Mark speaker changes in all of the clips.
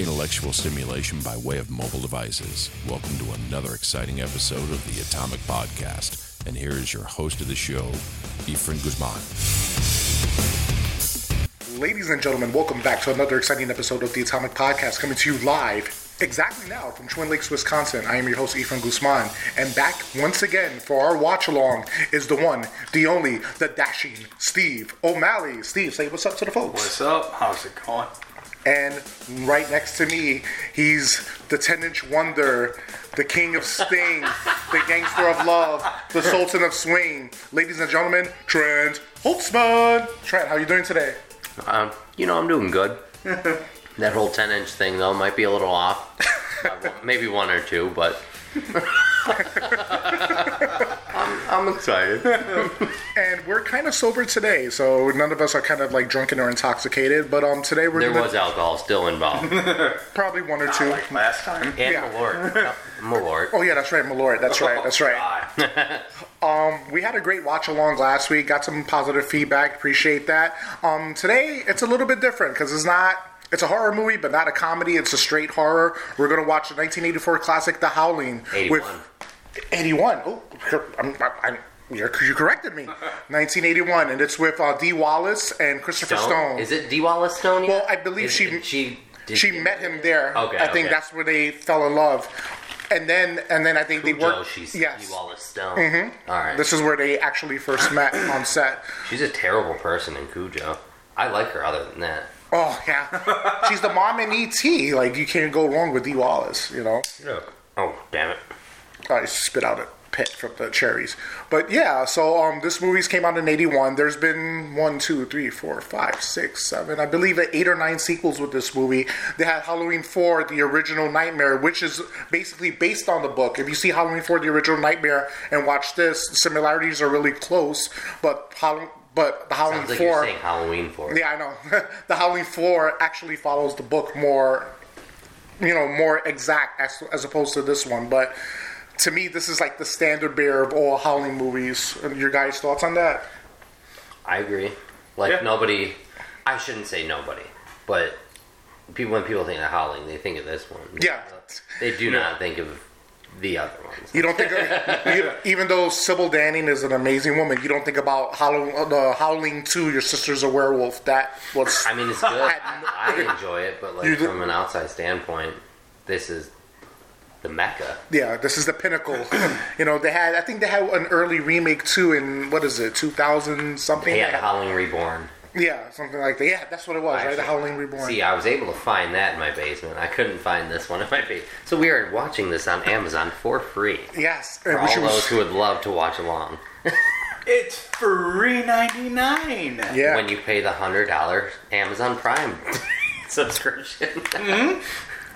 Speaker 1: intellectual stimulation by way of mobile devices. Welcome to another exciting episode of the Atomic Podcast. And here is your host of the show, Efren Guzman.
Speaker 2: Ladies and gentlemen, welcome back to another exciting episode of the Atomic Podcast coming to you live exactly now from Twin Lakes, Wisconsin. I am your host, Ephraim Guzman, and back once again for our watch along is the one, the only, the dashing Steve O'Malley. Steve, say what's up to the folks.
Speaker 3: What's up? How's it going?
Speaker 2: And right next to me, he's the 10 inch wonder, the king of sting, the gangster of love, the sultan of swing. Ladies and gentlemen, Trent Holtzman. Trent, how you doing today?
Speaker 4: Um, you know, I'm doing good. that whole 10 inch thing, though, might be a little off. Uh, well, Maybe one or two, but. I'm, I'm excited.
Speaker 2: And we're kind of sober today, so none of us are kind of like drunken or intoxicated. But um, today we're
Speaker 4: There
Speaker 2: gonna
Speaker 4: was alcohol still involved. And
Speaker 2: probably one or two.
Speaker 3: Like last time?
Speaker 2: Yeah.
Speaker 4: Malort. Uh, Malort.
Speaker 2: Oh yeah, that's right, Malord. That's right. That's right.
Speaker 3: God.
Speaker 2: We had a great watch along last week. Got some positive feedback. Appreciate that. Um, today it's a little bit different because it's not. It's a horror movie, but not a comedy. It's a straight horror. We're gonna watch the 1984 classic, The Howling.
Speaker 4: 81.
Speaker 2: 81. Oh, I'm, I'm, I'm, you're, you corrected me. 1981, and it's with uh, Dee Wallace and Christopher
Speaker 4: Stone?
Speaker 2: Stone.
Speaker 4: Is it D. Wallace Stone? yet?
Speaker 2: Well, I believe
Speaker 4: Is-
Speaker 2: she-
Speaker 4: She, did-
Speaker 2: she met him there.
Speaker 4: Okay,
Speaker 2: I think
Speaker 4: okay.
Speaker 2: that's where they fell in love, and then and then I think they
Speaker 4: Cujo,
Speaker 2: worked.
Speaker 4: she's
Speaker 2: yes,
Speaker 4: D. Wallace Stone. Mm-hmm. All right.
Speaker 2: this is where they actually first met on set.
Speaker 4: She's a terrible person in Cujo. I like her other than that.
Speaker 2: Oh yeah, she's the mom in ET. Like you can't go wrong with Dee Wallace, you know.
Speaker 4: Oh, damn it.
Speaker 2: I spit out a pit from the cherries. But yeah, so um, this movie's came out in '81. There's been one, two, three, four, five, six, seven. I believe that eight or nine sequels with this movie. They had Halloween Four: The Original Nightmare, which is basically based on the book. If you see Halloween Four: The Original Nightmare and watch this, similarities are really close. But Halloween, but the Halloween
Speaker 4: Sounds like
Speaker 2: Four.
Speaker 4: you're saying Halloween for it.
Speaker 2: Yeah, I know. the Howling Floor actually follows the book more, you know, more exact as, as opposed to this one. But to me, this is like the standard bearer of all Howling movies. And Your guys' thoughts on that?
Speaker 4: I agree. Like
Speaker 3: Yeah.
Speaker 4: nobody, I shouldn't say nobody, but people when people think of Howling, they think of this one.
Speaker 2: Yeah.
Speaker 4: they do not think of the other ones.
Speaker 2: You don't think, you, even though Sybil Danning is an amazing woman, you don't think about Howling, uh, the Howling Two, Your Sister's a Werewolf. That was
Speaker 4: I mean, it's good.
Speaker 2: I-
Speaker 4: I enjoy it, but like
Speaker 2: You do-
Speaker 4: from an outside standpoint, this is the mecca.
Speaker 2: Yeah, this is the pinnacle. you know, they had I think they had an early remake too in what is it, two thousand something?
Speaker 4: They had Howling Reborn.
Speaker 2: Yeah, something like that. Yeah, that's what it was, right? The
Speaker 4: Actually,
Speaker 2: Howling Reborn.
Speaker 4: See, I was able to find that in my basement. I couldn't find this one in my basement. So we are watching this on Amazon for free.
Speaker 2: Yes,
Speaker 4: For
Speaker 2: and
Speaker 4: all
Speaker 2: which
Speaker 4: those
Speaker 2: was,
Speaker 4: who would love to watch along.
Speaker 3: It's free 99
Speaker 2: yeah,
Speaker 4: when you pay the hundred dollar Amazon Prime subscription.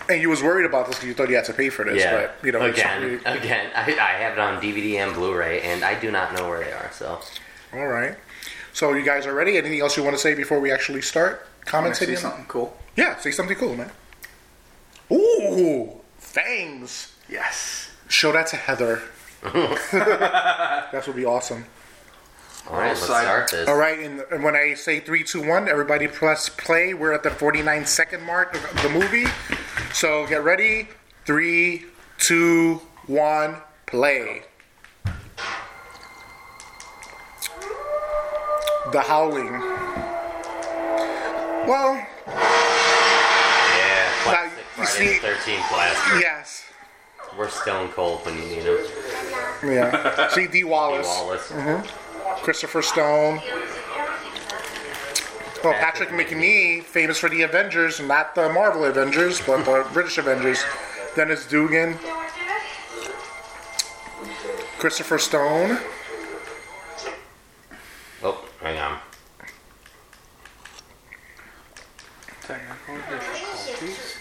Speaker 2: and you was worried about this because you thought you had to pay for this, but you know, it's-
Speaker 4: again, again, I, I have it on DVD and Blu-ray, and I do not know where they are. So
Speaker 2: all right. So you guys are ready? Anything else you want to say before we actually start
Speaker 3: I'm gonna see
Speaker 2: commentating?
Speaker 3: something cool.
Speaker 2: Yeah, say something cool, man. Ooh, fangs!
Speaker 3: Yes.
Speaker 2: Show that to Heather. that would be awesome.
Speaker 4: all right, let's
Speaker 3: Side-
Speaker 4: start this.
Speaker 2: All right, and, and when I say three, two, one, everybody press play. We're at the 49 second mark of the movie. So get ready. Three, two, one, play. The Howling. Well,
Speaker 4: Yeah, classic
Speaker 2: you
Speaker 4: Friday
Speaker 2: see-
Speaker 4: the Thirteenth class.
Speaker 2: yes.
Speaker 4: We're stone cold when you need them.
Speaker 2: Yeah. See, D. Wallace, Mm-hmm.
Speaker 4: Wallace,
Speaker 2: Christopher Stone. Well, Patrick McNee, famous for the Avengers, not the Marvel Avengers, but the British Avengers. Dennis Dugan, Christopher Stone.
Speaker 4: Oh, hang on.
Speaker 3: Technical difficulties.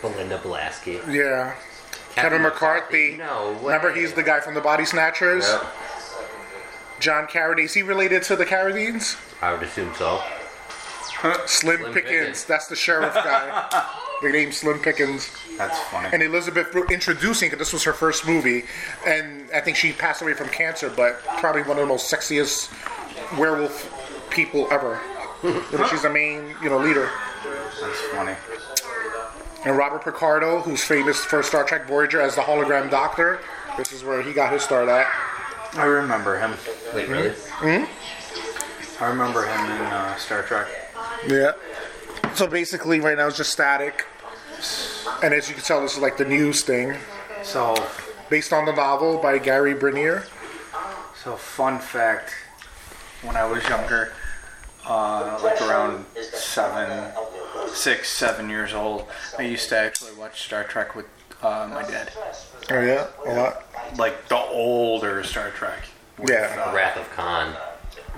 Speaker 4: Belinda Blasky.
Speaker 2: Yeah. Kevin McCarthy.
Speaker 4: No way.
Speaker 2: Remember, he's the guy from the Body Snatchers.
Speaker 4: Yeah,
Speaker 2: John Carradine. Is he related to the Carradines?
Speaker 4: I would assume so.
Speaker 2: Slim,
Speaker 4: Slim
Speaker 2: Pickens.
Speaker 4: Pickens.
Speaker 2: That's the sheriff guy. they named Slim Pickens.
Speaker 3: That's funny.
Speaker 2: And Elizabeth Bru- introducing, because this was her first movie, and I think she passed away from cancer, but probably one of the most sexiest werewolf people ever. You know, she's the main, you know, leader.
Speaker 5: That's funny.
Speaker 2: And Robert Picardo, who's famous for Star Trek Voyager as the hologram doctor, this is where he got his start at.
Speaker 5: I remember him.
Speaker 4: Wait, really?
Speaker 5: I remember him in uh, Star Trek.
Speaker 2: Yeah. So basically, right now it's just static. And as you can tell, this is like the news thing,
Speaker 5: So,
Speaker 2: based on the novel by Gary Brenier.
Speaker 5: so fun fact. When I was younger, uh, like around seven, six, seven years old, I used to actually watch Star Trek with uh, my dad.
Speaker 2: Oh yeah, a lot.
Speaker 5: Like the older Star Trek. With,
Speaker 2: Yeah.
Speaker 5: uh,
Speaker 4: Wrath of Khan.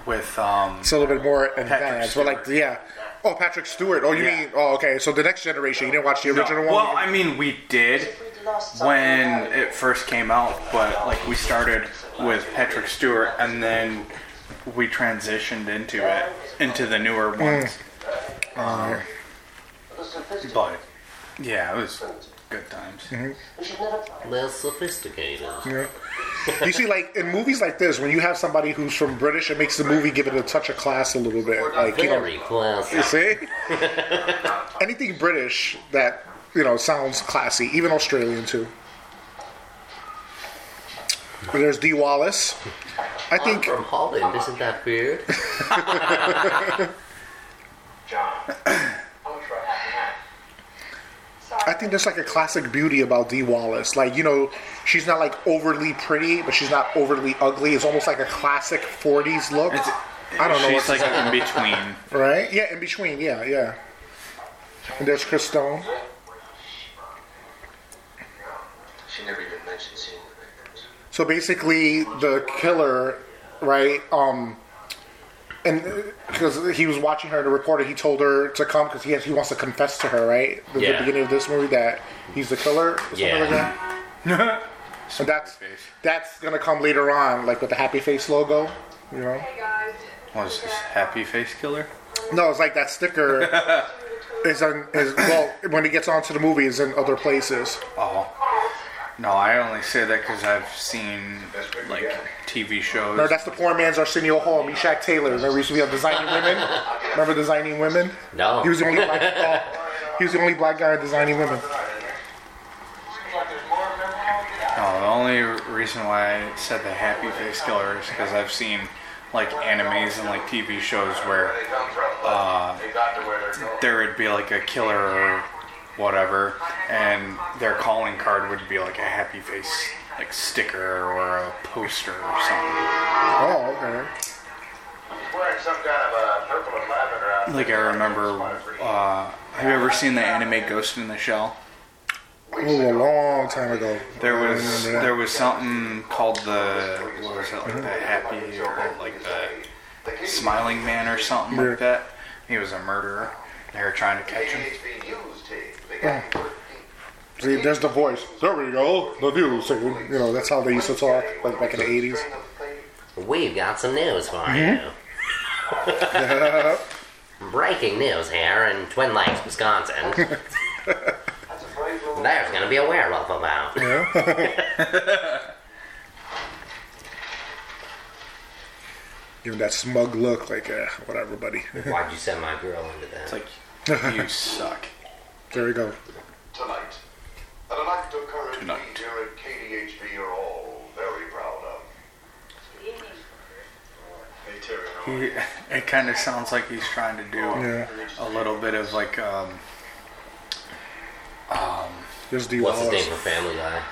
Speaker 5: with um.
Speaker 2: It's a little bit more advanced, but like
Speaker 5: Stewart.
Speaker 2: yeah. Oh, Patrick Stewart. Oh, you
Speaker 5: Yeah.
Speaker 2: mean? Oh, okay. So the next generation. You didn't watch the original
Speaker 5: No,
Speaker 2: one.
Speaker 5: Well, I mean, we did when it first came out, but like we started with Patrick Stewart and then we transitioned into it, into the newer
Speaker 2: Mm.
Speaker 5: ones. Um, but yeah, it was good times.
Speaker 2: Mm-hmm.
Speaker 4: Less sophisticated.
Speaker 2: you see, like in movies like this, when you have somebody who's from British, it makes the movie give it a touch of class a little bit. Like you know,
Speaker 4: Very classy.
Speaker 2: you see, anything British that you know sounds classy, even Australian too. There's D. Wallace. I
Speaker 4: I'm
Speaker 2: think
Speaker 4: from Holland, isn't that weird?
Speaker 2: I think there's like a classic beauty about Dee Wallace. Like, you know, she's not like overly pretty, but she's not overly ugly. It's almost like a classic 40s look. I don't know
Speaker 5: She's
Speaker 2: what's
Speaker 5: like in between.
Speaker 2: right? Yeah, in between. Yeah, yeah. And there's Chris Stone.
Speaker 6: She never even mentioned seeing the victims.
Speaker 2: So basically, the killer, right? Um, and because he was watching her in the reporter, he told her to come because he has, he wants to confess to her, right? At
Speaker 4: Yeah.
Speaker 2: the beginning of this movie, that he's the killer. Or something
Speaker 4: Yeah.
Speaker 2: like that. so that's
Speaker 5: Smiley face.
Speaker 2: that's gonna come later on, like with the happy face logo. You know?
Speaker 5: Was this Happy Face Killer?
Speaker 2: No, it's like that sticker is on is well when it gets onto the movie is in other places.
Speaker 5: Oh. No, I only say that because I've seen like TV shows.
Speaker 2: No, that's the poor man's Arsenio Hall, Meshack Taylor. Remember, he used to be on Designing Women. Remember Designing Women?
Speaker 4: No.
Speaker 2: He was the only black. oh, he was the only black guy in Designing Women.
Speaker 5: No, Oh, the only reason why I said the happy face killer is because I've seen like animes and like TV shows where uh, there would be like a killer or whatever, and their calling card would be like a happy face like sticker or a poster or something.
Speaker 2: Oh, okay.
Speaker 6: Wearing some kind of a purple and lavender outfit.
Speaker 5: Like I remember, uh, have you ever seen the anime Ghost in the Shell?
Speaker 2: Ooh, a long time ago.
Speaker 5: There
Speaker 2: I
Speaker 5: was
Speaker 2: remember that.
Speaker 5: there was something called the what was it like the happy or like the smiling man or something
Speaker 2: Yeah.
Speaker 5: like that. He was a murderer. They were trying to catch him.
Speaker 2: See, there's the voice. There we go. The dude singing. You know, that's how they used to talk, like back in the '80s.
Speaker 4: We've got some news for you. Breaking news here in Twin Lakes, Wisconsin. There's gonna be a werewolf about.
Speaker 2: Give him that smug look, like eh, whatever, buddy.
Speaker 4: Why'd you send my girl into that?
Speaker 5: It's like you suck.
Speaker 2: there we go.
Speaker 6: Tonight, at an act of courage
Speaker 5: Tonight.
Speaker 6: we here at KDHB are all very proud of. Hey, Terry, how are you?
Speaker 5: He, it kind of sounds like he's trying to do
Speaker 2: Yeah.
Speaker 5: a little bit of like um,
Speaker 2: There's D.
Speaker 4: What's his
Speaker 2: Wallace.
Speaker 4: name for Family Guy?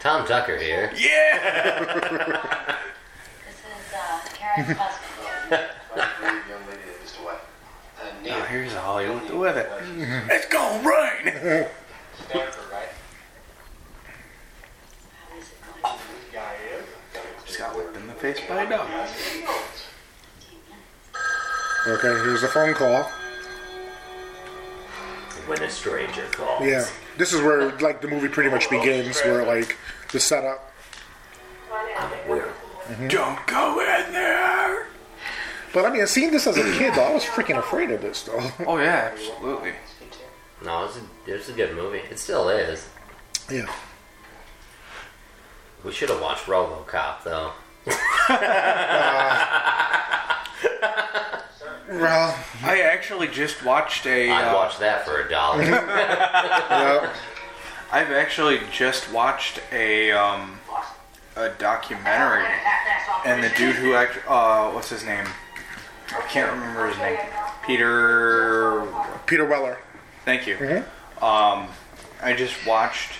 Speaker 4: Tom Tucker here.
Speaker 5: yeah.
Speaker 7: This is uh, Karen's husband.
Speaker 6: Brave young lady that is to wife. And
Speaker 5: Oh,
Speaker 6: Neil.
Speaker 5: here's Hollywood with the weather. It's gonna rain.
Speaker 6: Stanford, right? Guy is.
Speaker 5: Just got whipped in the face by a dog.
Speaker 2: Okay, here's the phone call.
Speaker 4: When a stranger calls.
Speaker 2: Yeah, this is where like the movie pretty much begins, where like the setup.
Speaker 4: Where?
Speaker 5: Don't go in there.
Speaker 2: But I mean, seeing this as a kid, though, I was freaking afraid of this, though.
Speaker 5: Oh yeah, absolutely.
Speaker 4: No, it's a, it's a good movie. It still is.
Speaker 2: yeah.
Speaker 4: We should have watched RoboCop though.
Speaker 2: Well,
Speaker 5: I actually just watched a.
Speaker 4: I'd
Speaker 5: uh,
Speaker 4: watch that for a dollar.
Speaker 2: yeah.
Speaker 5: I've actually just watched a um, a documentary, and the dude who act uh, what's his name? I can't remember his name. Peter.
Speaker 2: Peter Weller.
Speaker 5: Thank you. Um, I just watched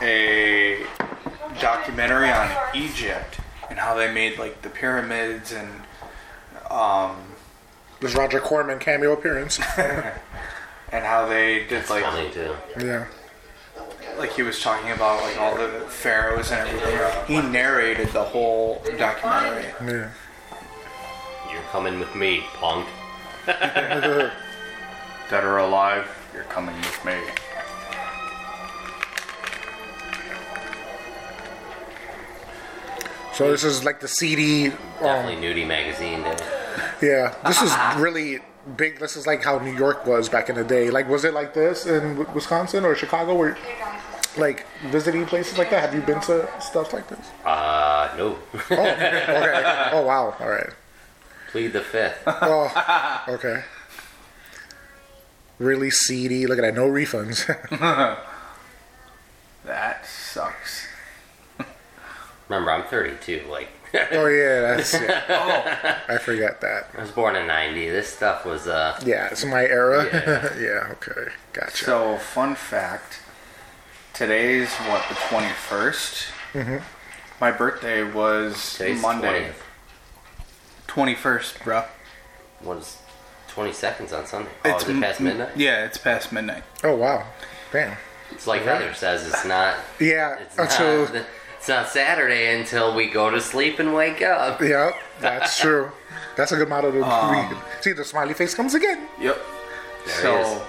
Speaker 5: a documentary on Egypt and how they made like the pyramids and
Speaker 2: This Roger Corman cameo appearance.
Speaker 5: and how they did like
Speaker 4: Funny too.
Speaker 2: yeah.
Speaker 5: like he was talking about like all the pharaohs and everything. He narrated the whole documentary.
Speaker 2: Yeah.
Speaker 4: You're coming with me, punk.
Speaker 5: Dead or alive, you're coming with me.
Speaker 2: So this is like the CD. Um,
Speaker 4: Definitely nudie magazine. Dude.
Speaker 2: yeah. This is really big. This is like how New York was back in the day. Like, was it like this in W- Wisconsin or Chicago? Where, like, visiting places like that? Have you been to stuff like this?
Speaker 4: Uh, no.
Speaker 2: Oh. Okay. Oh wow. All right.
Speaker 4: Plead the fifth.
Speaker 2: Oh. Okay. Really seedy. Look at that. No refunds.
Speaker 5: That sucks.
Speaker 4: Remember, I'm 32. Like, I
Speaker 2: oh yeah. That's. Yeah. I forgot that.
Speaker 4: was born in 90. This stuff was, uh,
Speaker 2: Yeah, it's my era. Yeah, okay. Gotcha.
Speaker 5: So, fun fact today's what, the 21st? Mm-hmm. My birthday was
Speaker 4: today's the
Speaker 5: Monday. 21st, bro.
Speaker 4: 20th. What is 20 seconds on Sunday? Oh, is it past midnight?
Speaker 5: Yeah, it's past midnight.
Speaker 2: oh, wow. Damn.
Speaker 4: It's like Heather says, it's not.
Speaker 2: Yeah,
Speaker 4: It's not,
Speaker 2: until.
Speaker 4: it's not Saturday until we go to sleep and wake up.
Speaker 2: yeah, that's true. That's a good motto to read. See, the smiley face comes again.
Speaker 5: Yep.
Speaker 4: There
Speaker 5: so,
Speaker 4: he is.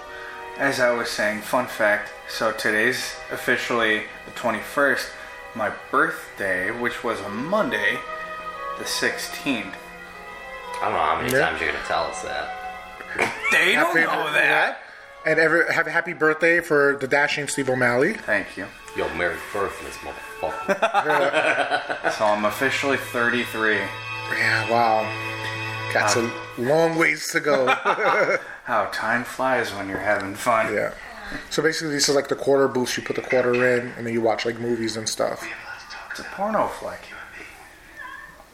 Speaker 5: as I was saying, fun fact. So today's officially the 21st. My birthday, which was a Monday, the 16th.
Speaker 4: I don't know how many
Speaker 2: Yeah.
Speaker 4: times you're going to tell us that.
Speaker 5: They don't
Speaker 2: Happy-
Speaker 5: know that.
Speaker 2: And every, have a happy birthday for the dashing Steve O'Malley.
Speaker 5: Thank you.
Speaker 4: Yo, Merry Christmas, motherfucker.
Speaker 5: So I'm officially 33.
Speaker 2: Yeah, wow. That's a long ways to go.
Speaker 5: How time flies when you're having fun.
Speaker 2: yeah. So basically, this is like the quarter boost. You put the quarter in, and then you watch like movies and stuff.
Speaker 5: It's a porno flick.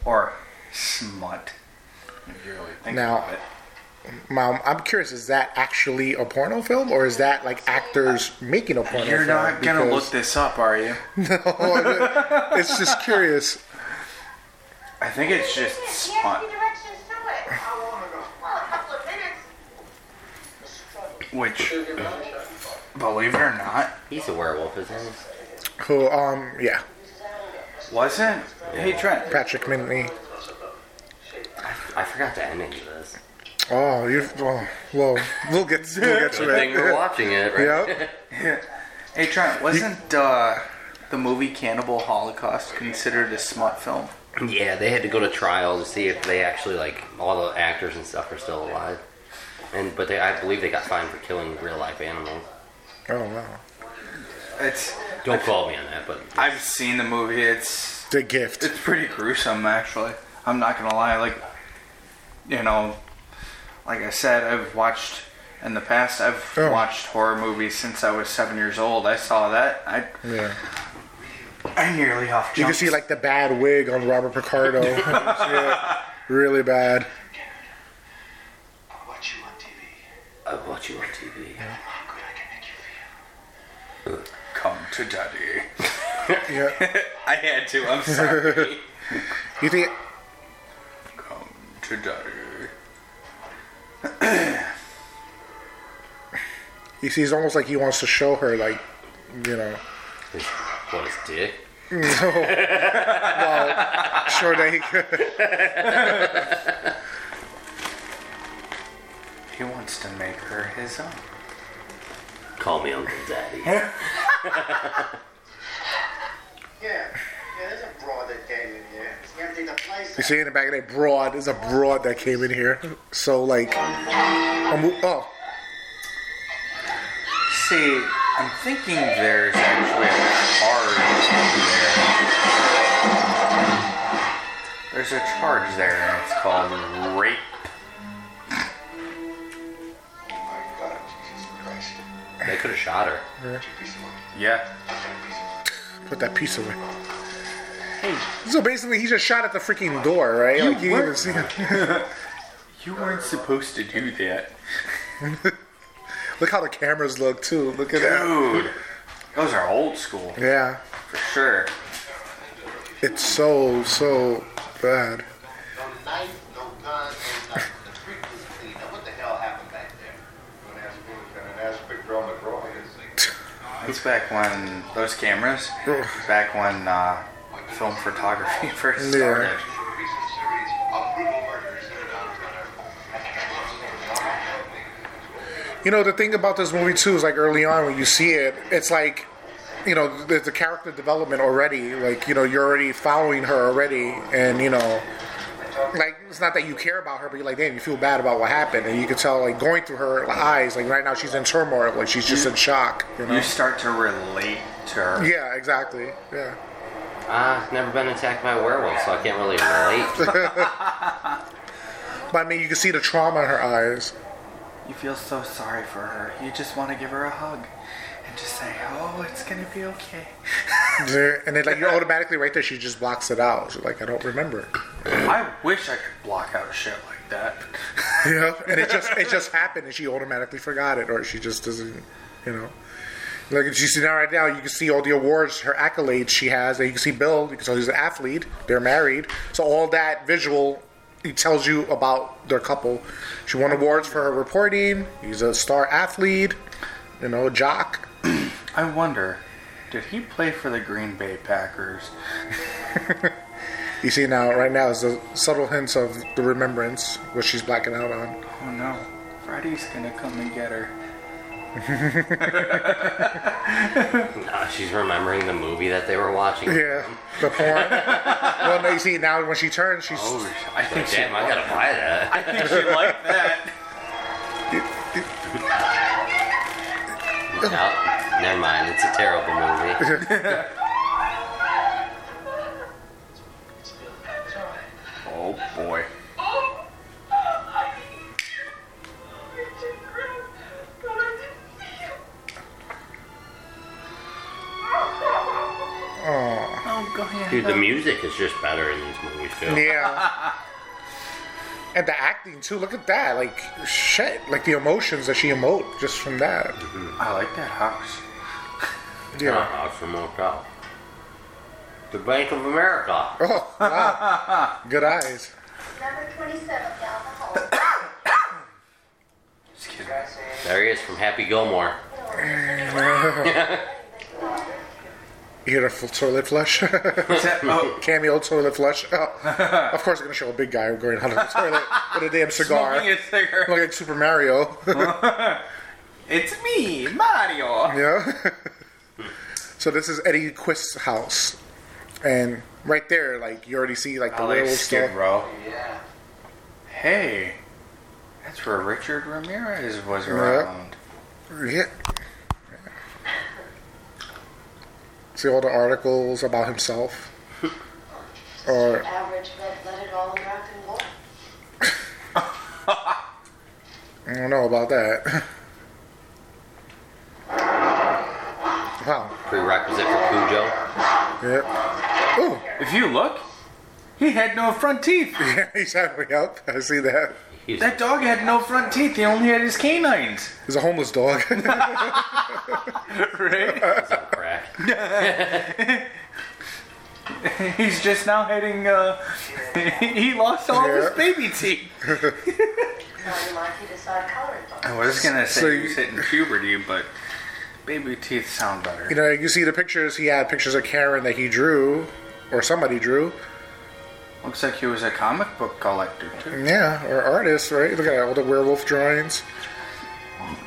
Speaker 5: Or smut. If you really think
Speaker 2: Now-
Speaker 5: about it.
Speaker 2: Mom, I'm curious, is that actually a porno film, or is that like actors making a porno
Speaker 5: You're
Speaker 2: film?
Speaker 5: not gonna
Speaker 2: Because-
Speaker 5: look this up, are you?
Speaker 2: Oh, it's just curious.
Speaker 5: I think it's just smut.
Speaker 8: directions to it. Well, a couple of minutes.
Speaker 5: Which, believe it or not,
Speaker 4: He's a werewolf, isn't he?
Speaker 2: Who? Um, yeah,
Speaker 5: wasn't. Hey Trent,
Speaker 2: Patrick Mintley.
Speaker 4: I forgot the ending to this.
Speaker 2: Oh, you. Oh, well, we'll get we'll get to
Speaker 4: Good thing we're
Speaker 2: it.
Speaker 4: watching it, right?
Speaker 2: Yep.
Speaker 5: hey Trent, wasn't uh, the movie Cannibal Holocaust considered a smut film?
Speaker 4: Yeah, they had to go to trial to see if they actually like all the actors and stuff are still alive. And but they, I believe they got fined for killing real life animals.
Speaker 2: Oh wow,
Speaker 5: It's.
Speaker 4: Don't call me on that, but
Speaker 5: I've seen the movie. It's
Speaker 2: the gift.
Speaker 5: it's pretty gruesome, actually. I'm not gonna lie. Like, you know, like I said, I've watched in the past. I've
Speaker 2: Oh.
Speaker 5: watched horror movies since I was seven years old. I saw that. I
Speaker 2: Yeah,
Speaker 5: I nearly off.
Speaker 2: you can see like the bad wig on Robert Picardo. Yeah, really bad.
Speaker 6: Watch you on TV.
Speaker 4: I watch you on TV.
Speaker 6: How good I can make you feel.
Speaker 5: come to daddy.
Speaker 2: Yeah,
Speaker 5: I had to. I'm sorry.
Speaker 2: you think?
Speaker 5: come to daddy.
Speaker 2: You see, it's almost like he wants to show her, like, you know,
Speaker 4: His, what is dick?
Speaker 2: show that he could.
Speaker 5: He wants to make her his own.
Speaker 4: Call me Uncle Daddy.
Speaker 6: Yeah. Yeah, there's a broad that came in here. She emptied the place.
Speaker 2: You see in the back of that broad is a broad that came in here. So like, a mo- oh,
Speaker 5: See, I'm thinking there's actually a card there. There's a charge there, and it's called rape.
Speaker 6: Oh my God, Jesus Christ.
Speaker 4: They could have shot her.
Speaker 6: Two piece of mind.
Speaker 5: Yeah.
Speaker 6: Two piece of mind.
Speaker 2: Put that piece away. So basically, he just shot at the freaking door, right? like he didn't even
Speaker 5: weren't-
Speaker 2: see it.
Speaker 5: You weren't supposed to do that.
Speaker 2: Look how the cameras look too. Look at that.
Speaker 5: Dude, those are old school,
Speaker 2: Yeah,
Speaker 5: for sure.
Speaker 2: it's so so bad.
Speaker 6: No knife, no gun, no nothing. The street was clean. Now, what the hell happened back there? I'm gonna ask who- I'm gonna ask Big Bro McGraw this thing.
Speaker 5: It's back when those cameras, back when uh, film photography first
Speaker 2: Yeah.
Speaker 5: started.
Speaker 2: You know, the thing about this movie too is like early on when you see it, it's like, you know, there's the character development already. Like, you know, you're already following her already, and you know, like it's not that you care about her, but you're like, damn, you feel bad about what happened, and you can tell like going through her eyes, like right now she's in turmoil, like she's just in shock. You know?
Speaker 5: You start to relate to her.
Speaker 2: Yeah, exactly. Yeah.
Speaker 4: I've never been attacked by a werewolf, so I can't really relate.
Speaker 2: But I mean, you can see the trauma in her eyes.
Speaker 5: You feel so sorry for her. You just want to give her a hug and just say, "Oh, it's gonna be okay."
Speaker 2: And then, like, you automatically right there, she just blocks it out. She's like, I don't remember. it.
Speaker 5: I wish I could block out shit like that.
Speaker 2: Yeah, and it just it just happened, and she automatically forgot it, or she just doesn't, you know. Like if you see now right now, you can see all the awards, her accolades she has. And you can see Bill, you can tell he's an athlete. They're married, so all that visual it tells you about their couple. She won awards for her reporting. He's a star athlete, you know, jock.
Speaker 5: I wonder, did he play for the Green Bay Packers?
Speaker 2: You see now, right now is the subtle hints of the remembrance what she's blacking out on.
Speaker 5: Oh no, Freddy's gonna come and get her.
Speaker 4: Nah, Uh, she's remembering the movie that they were watching.
Speaker 2: Yeah, the porn. well, no, you see now when she turns, she's
Speaker 4: Oh, sh- I
Speaker 5: think
Speaker 4: think
Speaker 5: she-
Speaker 4: damn, I gotta buy that.
Speaker 5: I think she liked that.
Speaker 4: No, never mind. It's a terrible movie.
Speaker 5: Oh boy. Oh, go ahead.
Speaker 4: Dude, the music is just better in these movies too.
Speaker 2: Yeah. and the acting too. Look at that. Like shit. Like the emotions that she emote just from that.
Speaker 5: I like that house.
Speaker 2: Yeah.
Speaker 4: Uh, from Motel. The Bank of America.
Speaker 2: Oh wow. Good eyes.
Speaker 7: Number 27 down the hall.
Speaker 5: Just kidding.
Speaker 4: There he is from Happy Gilmore.
Speaker 2: You hear the f- toilet flush?
Speaker 5: What's that? Oh,
Speaker 2: Cameo toilet flush. Oh. Of course, they're gonna show a big guy going out of the toilet with a damn cigar.
Speaker 5: smoking a cigarette.
Speaker 2: Look like Super Mario.
Speaker 5: It's me, Mario.
Speaker 2: Yeah. so this is Eddie Quist's house, and right there, like you already see, like the
Speaker 5: I like
Speaker 2: werewolf
Speaker 5: Skid
Speaker 2: stuff.
Speaker 5: Row. Hey, that's where Richard Ramirez was around.
Speaker 2: Yeah. See all the articles about himself. Or
Speaker 7: Average red-blooded all-American boy.
Speaker 2: I don't know about that. wow.
Speaker 4: Prerequisite for Cujo.
Speaker 2: Yeah. Oh,
Speaker 5: If you look, he had no front teeth.
Speaker 2: yeah, he's halfway up. I see that.
Speaker 4: He's
Speaker 5: That dog had no front teeth. He only had his canines.
Speaker 2: He's a homeless dog.
Speaker 5: Right?
Speaker 4: on crack.
Speaker 5: He's just now heading. Uh, he lost all
Speaker 2: Yeah.
Speaker 5: his baby teeth.
Speaker 7: Now you like you decide colored boy.
Speaker 5: I was gonna say
Speaker 2: So
Speaker 5: you
Speaker 2: you-
Speaker 5: he's hitting puberty, but baby teeth sound better.
Speaker 2: you know, you see the pictures. He had pictures of Karen that he drew, or somebody drew.
Speaker 5: Looks like he was a comic book collector too.
Speaker 2: Yeah, or artists, right? Look at all the werewolf drawings.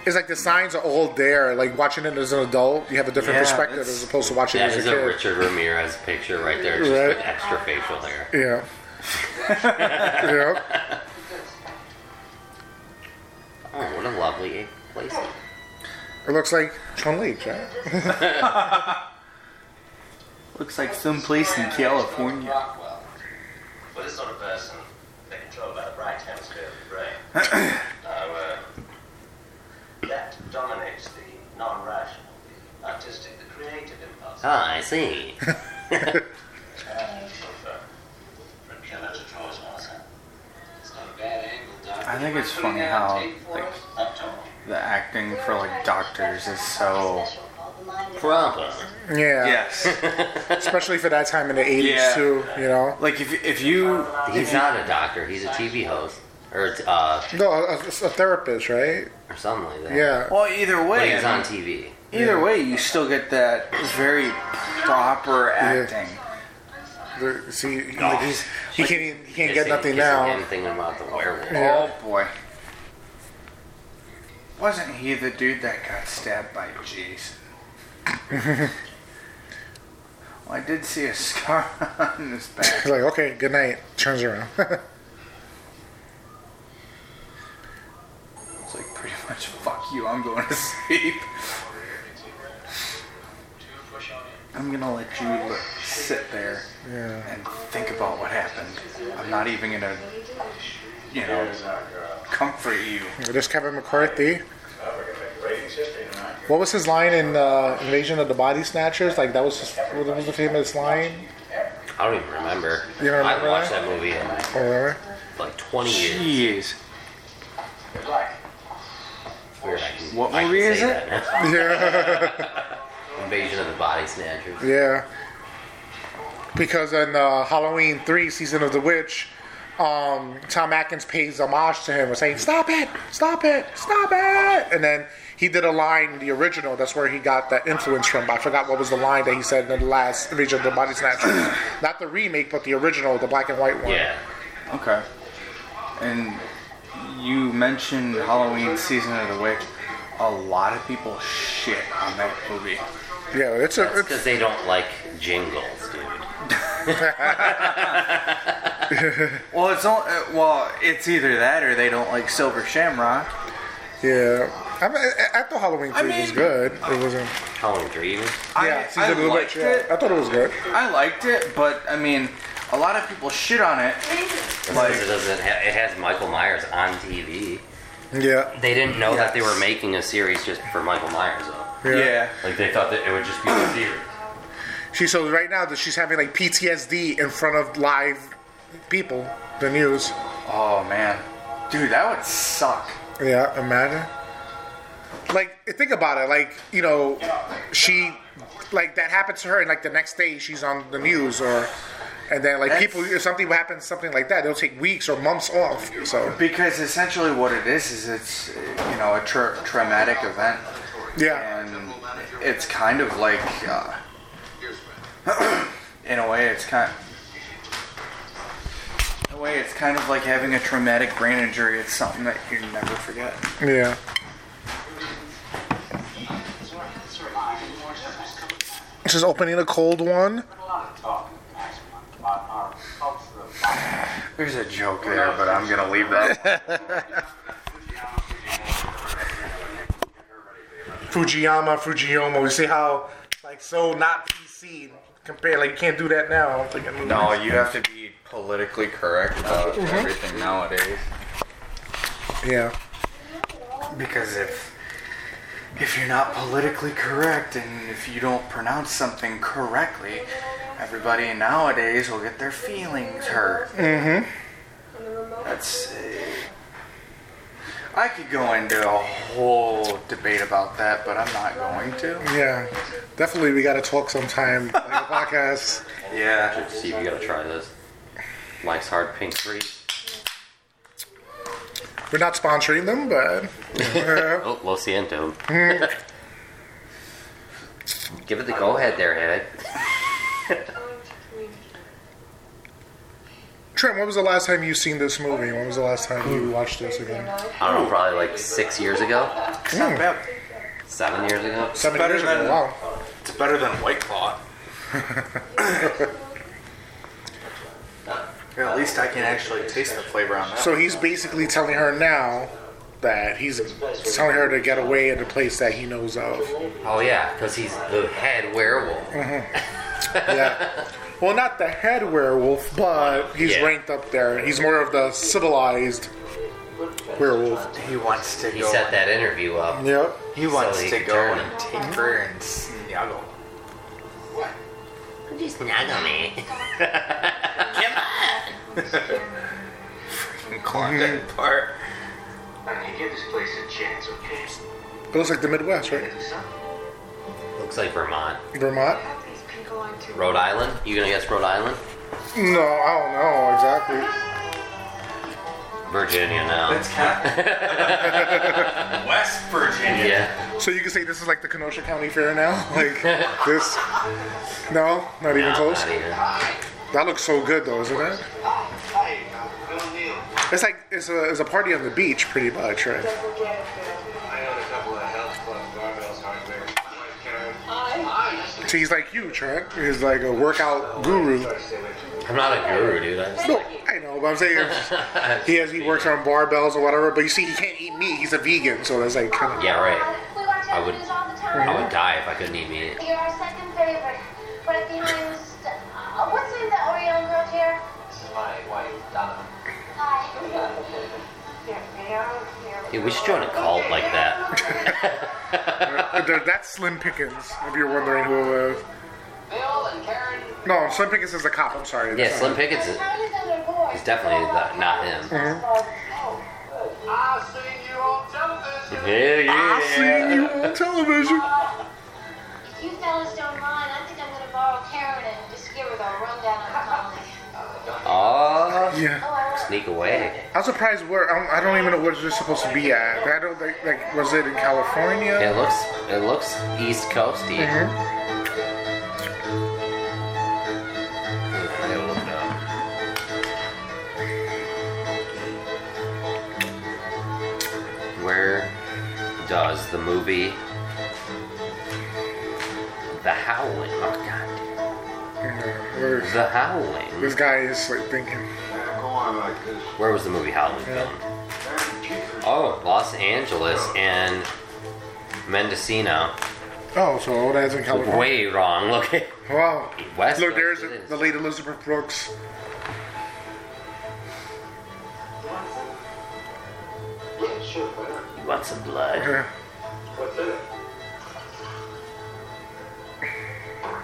Speaker 2: It's like the signs are all there. Like watching it as an adult, you have a different
Speaker 5: Yeah,
Speaker 2: perspective
Speaker 5: that's-
Speaker 2: as opposed to watching
Speaker 4: That
Speaker 2: it as
Speaker 4: is
Speaker 2: a
Speaker 4: a
Speaker 2: kid.
Speaker 4: Richard Ramirez picture right there, just
Speaker 2: Right.
Speaker 4: with extra facial hair.
Speaker 2: Yeah. yeah.
Speaker 4: Oh, what a lovely place.
Speaker 2: It looks like Chun Li, right?
Speaker 5: Looks like someplace in California.
Speaker 6: Rockwell.
Speaker 9: But it's not a person that controlled by the right hemisphere of the brain. now, uh, that dominates the non-rational, the artistic, the creative impulse.
Speaker 4: Ah, I see.
Speaker 9: I
Speaker 5: I think it's funny how like the acting for like doctors is so
Speaker 4: Proper.
Speaker 2: Yeah.
Speaker 5: yes.
Speaker 2: Especially for that time in the 80s,
Speaker 5: Yeah.
Speaker 2: too, you know?
Speaker 5: Like if if you
Speaker 4: He's not a doctor. He's a TV host or uh
Speaker 2: No, a, a- a therapist, right?
Speaker 4: or something like that.
Speaker 2: Yeah.
Speaker 5: well either
Speaker 4: But
Speaker 5: way,
Speaker 4: he's on TV.
Speaker 5: either way, you still get that very proper acting.
Speaker 2: The- See, like he's, he can't even- he can't get
Speaker 4: Kissing-
Speaker 2: nothing
Speaker 4: kissing
Speaker 2: now.
Speaker 4: him, thinking about the werewolf.
Speaker 2: Yeah.
Speaker 5: Oh boy. Wasn't he the dude that got stabbed by Jason? well, I did see a scar on his back.
Speaker 2: He's like, okay, good night. Turns around.
Speaker 5: It's like pretty much, fuck you, I'm going to sleep. I'm gonna let you li- sit there
Speaker 2: yeah.
Speaker 5: and think about what happened. I'm not even gonna, you know, comfort you.
Speaker 2: There's Kevin McCarthy. What was his line in uh, Invasion of the Body Snatchers? Like that was his, what was the famous line?
Speaker 4: I don't even remember.
Speaker 2: You don't
Speaker 4: I
Speaker 2: remember
Speaker 4: watched
Speaker 2: that?
Speaker 4: that movie in like,
Speaker 2: Or whatever.
Speaker 4: like 20
Speaker 5: Jeez.
Speaker 4: years. Weird, I can,
Speaker 5: What
Speaker 4: I
Speaker 5: movie
Speaker 4: can
Speaker 5: is
Speaker 4: say
Speaker 5: it?
Speaker 4: That
Speaker 2: Yeah.
Speaker 4: now. Invasion of the Body Snatchers.
Speaker 2: yeah. Because in uh, Halloween three, season of the witch, um, Tom Atkins pays homage to him, and saying "Stop it! Stop it! Stop it!" And then he did a line, the original. That's where he got that influence from. But I forgot what was the line that he said in the last Invasion of the Body Snatchers, not the remake, but the original, the black and white one.
Speaker 4: Yeah.
Speaker 5: Okay. And you mentioned Halloween season of the witch. A lot of people shit on that movie.
Speaker 2: Yeah, it's a it's,
Speaker 4: Because they don't like jingles, dude.
Speaker 5: Well, it's all, uh, well, it's either that or they don't like Silver Shamrock.
Speaker 2: yeah. I, mean, I- I thought Halloween three was
Speaker 5: mean-
Speaker 2: good. It wasn't.
Speaker 4: Halloween Dreams.
Speaker 2: Yeah,
Speaker 5: I, I
Speaker 2: season of the witch.
Speaker 5: liked
Speaker 2: Yeah, I
Speaker 5: it.
Speaker 2: thought it was good.
Speaker 5: I liked it, but I mean, a lot of people shit on it. Like,
Speaker 4: Because it doesn't. Ha- it has Michael Myers on TV.
Speaker 2: Yeah.
Speaker 4: They didn't know that they were making a series just for Michael Myers, though.
Speaker 2: Yeah.
Speaker 5: yeah.
Speaker 4: Like they thought that it would just be a series.
Speaker 2: She so right now that she's having like PTSD in front of live people, the news.
Speaker 5: Oh man, dude, that would suck.
Speaker 2: Yeah, imagine. Like think about it, like, you know, she like that happened to her and like the next day she's on the news or and then like
Speaker 5: That's-
Speaker 2: people if something happens something like that, it'll take weeks or months off. So
Speaker 5: Because essentially, what it is is it's uh, you know a tra- traumatic event,
Speaker 2: yeah.
Speaker 5: and it's kind of like, uh, in a way, it's kind. In a way, it's kind of like having a traumatic brain injury. It's something that you never forget.
Speaker 2: Yeah. She's opening a cold one.
Speaker 5: There's a joke there, but I'm gonna leave that.
Speaker 2: Fujiyama, Fujiyama. We see how like so not PC compared. Like you can't do that now. I don't think I mean-
Speaker 5: no, you have to be politically correct about everything nowadays.
Speaker 2: Yeah.
Speaker 5: Because if if you're not politically correct and if you don't pronounce something correctly, everybody nowadays will get their feelings hurt. Mm-hmm. That's. Uh, I could go into a whole debate about that, but I'm not going to.
Speaker 2: Yeah. Definitely, we gotta talk sometime. Like a podcast.
Speaker 5: Yeah.
Speaker 4: Steve, you gotta try this. Mike's Hard Pink Three.
Speaker 2: We're not sponsoring them, but
Speaker 4: Oh, lo siento. Give it the go ahead there, Hank.
Speaker 2: Trent, when was the last time you seen this movie? When was the last time you watched this again? Hmm.
Speaker 4: I don't know, probably like six years ago,
Speaker 5: It's not bad.
Speaker 4: seven years ago.
Speaker 2: Seven
Speaker 5: Better
Speaker 2: years ago.
Speaker 5: than-
Speaker 2: Wow.
Speaker 5: It's better than White Claw. at least I can actually taste the flavor on that.
Speaker 2: So he's basically telling her now that he's telling her to get away in a place that he knows of.
Speaker 4: Oh yeah, because he's the head werewolf.
Speaker 2: Yeah. Well, not the head werewolf, but he's
Speaker 4: Yeah.
Speaker 2: ranked up there. He's more of the civilized werewolf.
Speaker 5: He wants to
Speaker 4: He
Speaker 5: go.
Speaker 4: set that interview up.
Speaker 2: Yep.
Speaker 5: He wants
Speaker 4: so he
Speaker 5: to
Speaker 4: could
Speaker 5: go
Speaker 4: turn him.
Speaker 5: and take her and snuggle.
Speaker 4: Just snuggle me. Mhm.
Speaker 5: And Klondike Park.
Speaker 7: And you give this place a chance, okay?
Speaker 2: It looks like the Midwest, right?
Speaker 7: It's up.
Speaker 4: Looks like Vermont.
Speaker 2: Vermont?
Speaker 10: These people are too.
Speaker 4: Rhode Island? You gonna guess Rhode Island?
Speaker 2: No, I don't know exactly.
Speaker 4: Virginia now.
Speaker 3: That's kind of West Virginia.
Speaker 4: Yeah.
Speaker 2: So you can say this is like the Kenosha County Fair now? Like this? No, not even
Speaker 4: No,
Speaker 2: close.
Speaker 4: not even.
Speaker 2: That looks so good though, isn't it?
Speaker 7: Hey, Bill Neal.
Speaker 2: It's like it's a, it's a party on the beach, pretty much, right?
Speaker 10: Doesn't get it, Phil.
Speaker 7: I own a couple of health club barbells hardware. Can I?
Speaker 2: So he's like huge, right? He's like a workout guru.
Speaker 4: I'm not a guru, dude. I just
Speaker 2: No, I know, but I'm saying he has he works on barbells or whatever. But you see, he can't eat meat. He's a vegan, so that's like kind of.
Speaker 4: Yeah, right.
Speaker 11: I
Speaker 4: I would- I would die if I couldn't eat meat.
Speaker 11: You're our second favorite. Right behind. St- uh, what's in the Orion girl chair?
Speaker 7: This is my wife, Donna.
Speaker 11: Hi.
Speaker 10: They're very, very-
Speaker 4: Dude, we should join a cult like that.
Speaker 2: That's Slim Pickens. If you're wondering who it was.
Speaker 7: Bill and Karen.
Speaker 2: No, Slim Pickens is a cop. I'm sorry.
Speaker 4: Yeah,
Speaker 2: That's
Speaker 4: Slim
Speaker 2: not-
Speaker 4: Pickens is, is definitely not, not him.
Speaker 7: I've seen you on television.
Speaker 2: I
Speaker 4: Yeah,
Speaker 2: seen you on television.
Speaker 11: If you fellas don't mind, I think I'm gonna borrow Karen and just give her the rundown on Conley.
Speaker 4: Aw.
Speaker 2: Yeah.
Speaker 4: Sneak away.
Speaker 2: I'm surprised where I'm, I don't even know where they're supposed to be at. I don't think like was it in California?
Speaker 4: It looks it looks East Coasty.
Speaker 2: Mhm.
Speaker 4: Where does the movie The Howling? Oh god.
Speaker 2: Yeah, where-
Speaker 4: The Howling.
Speaker 2: This guy is like thinking.
Speaker 7: Go on like this.
Speaker 4: Where was the movie Howling filmed?
Speaker 7: Karen Kiefer.
Speaker 4: Oh, Los Angeles and Mendocino.
Speaker 2: Oh, so old ass in California.
Speaker 4: Way wrong. Look at
Speaker 2: Wow.
Speaker 4: West
Speaker 2: Look, there's
Speaker 4: Coast it is.
Speaker 2: the late Elizabeth Brooks.
Speaker 7: Yeah, sure, why not?
Speaker 4: You want some blood?
Speaker 2: Yeah.
Speaker 7: What's it?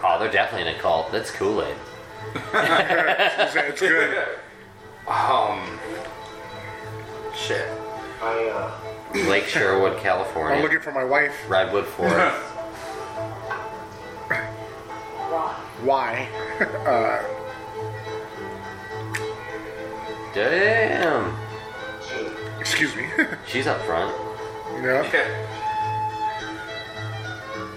Speaker 4: Oh, they're definitely in a cult. That's Kool Aid.
Speaker 2: It's it's good.
Speaker 5: Um. Shit.
Speaker 7: I, uh,
Speaker 4: Lake Sherwood,
Speaker 2: I'm
Speaker 4: California.
Speaker 2: looking for my wife.
Speaker 4: Redwood Forest.
Speaker 2: Why?
Speaker 4: Damn.
Speaker 2: Excuse me.
Speaker 4: She's up front.
Speaker 2: yeah.
Speaker 5: She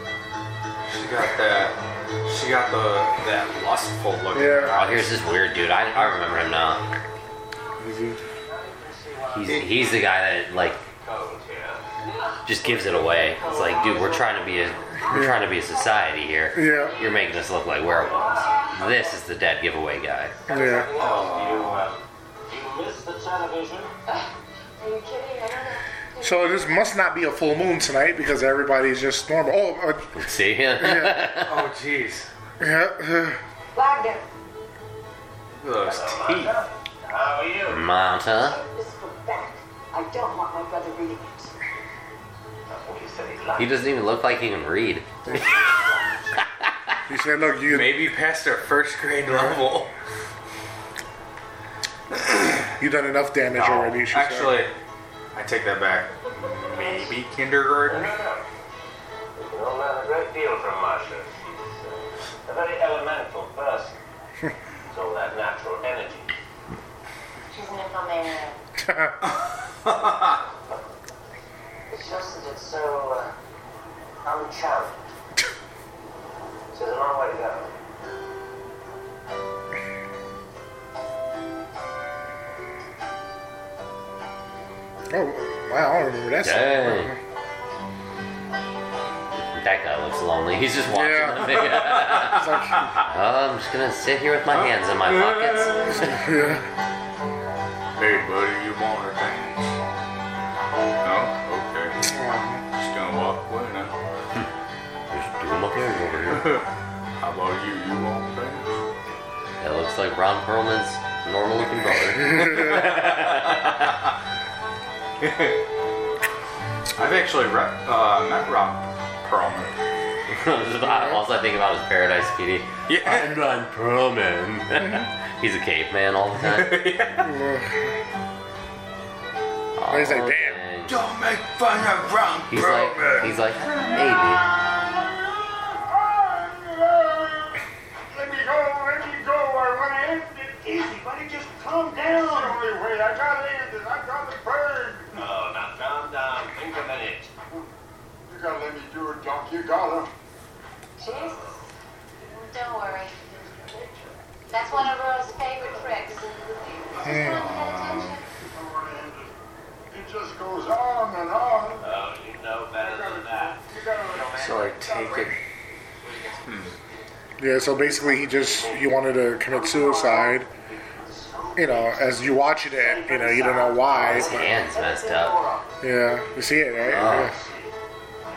Speaker 5: got that. She got the that lustful look. in her
Speaker 2: Yeah.
Speaker 4: Oh,
Speaker 5: eyes.
Speaker 4: here's this weird dude. I, I remember him now. He's, he's the guy that like
Speaker 7: cold here.
Speaker 4: just gives it away. It's like, dude, we're trying to be a we're trying to be a society here.
Speaker 2: Yeah.
Speaker 4: You're making us look like werewolves. This is the dead giveaway guy.
Speaker 2: Yeah.
Speaker 7: You, uh, you missed the television?
Speaker 10: Are you kidding? I don't know.
Speaker 2: So this must not be a full moon tonight because everybody's just normal. Oh, uh,
Speaker 4: See?
Speaker 5: Oh jeez.
Speaker 2: yeah.
Speaker 10: Wagner,
Speaker 5: Look at Those teeth.
Speaker 7: How are you?
Speaker 4: Mata.
Speaker 10: this is for back. I don't want my brother reading it.
Speaker 7: He said he's like,
Speaker 4: He doesn't even look like he can read.
Speaker 2: He said, "Look, you
Speaker 5: Maybe past her first grade level.
Speaker 2: you done enough damage already." She said.
Speaker 5: Actually, I take that back. Maybe kindergarten.
Speaker 7: you don't learn a great deal from Marsha. She's uh, a very elemental person. it's all that natural energy.
Speaker 10: She's an infomaniac.
Speaker 7: It's just that it's so uh, unchallenged. So there's a long way to go.
Speaker 2: Oh, wow! I don't remember that.
Speaker 4: Dang.
Speaker 2: song.
Speaker 4: That guy looks lonely. He's just watching
Speaker 2: Yeah.
Speaker 4: the video.
Speaker 2: It's like,
Speaker 4: Oh, I'm just gonna sit here with my hands in my pockets.
Speaker 5: Hey, buddy, you want her things? No? Okay. Just
Speaker 2: um,
Speaker 5: gonna walk away now.
Speaker 4: Just doing my thing over here.
Speaker 5: How about you? You want things?
Speaker 4: That looks like Ron Perlman's normal looking brother.
Speaker 5: I've actually re- uh, met Ron Perlman.
Speaker 4: all I think about is Paradise Kitty. I'm Ron Perlman. He's a caveman all the time. Aw,
Speaker 2: he's like, "Damn."
Speaker 4: dang.
Speaker 5: Don't make fun of Ron
Speaker 4: He's like, he's like, maybe.
Speaker 10: Let me go, let me go. I want to end it easy, buddy. Just calm down. That's the only way. I gotta end it. I gotta burn.
Speaker 7: No, now calm down. Think a minute.
Speaker 10: You gotta let me do it, Doc. You gotta.
Speaker 11: Jesus. Don't worry. That's one of Rose's favorite tricks. Just want to get attention.
Speaker 10: I want to end it. It just goes on and on.
Speaker 7: Oh, you know better than that.
Speaker 10: You gotta.
Speaker 5: So like, take it.
Speaker 2: Yeah, so basically, he just he wanted to commit suicide. You know, as you watching it, you know, you don't know why.
Speaker 4: His
Speaker 2: But
Speaker 4: hand's messed up.
Speaker 2: yeah, you see it, right?
Speaker 4: Oh.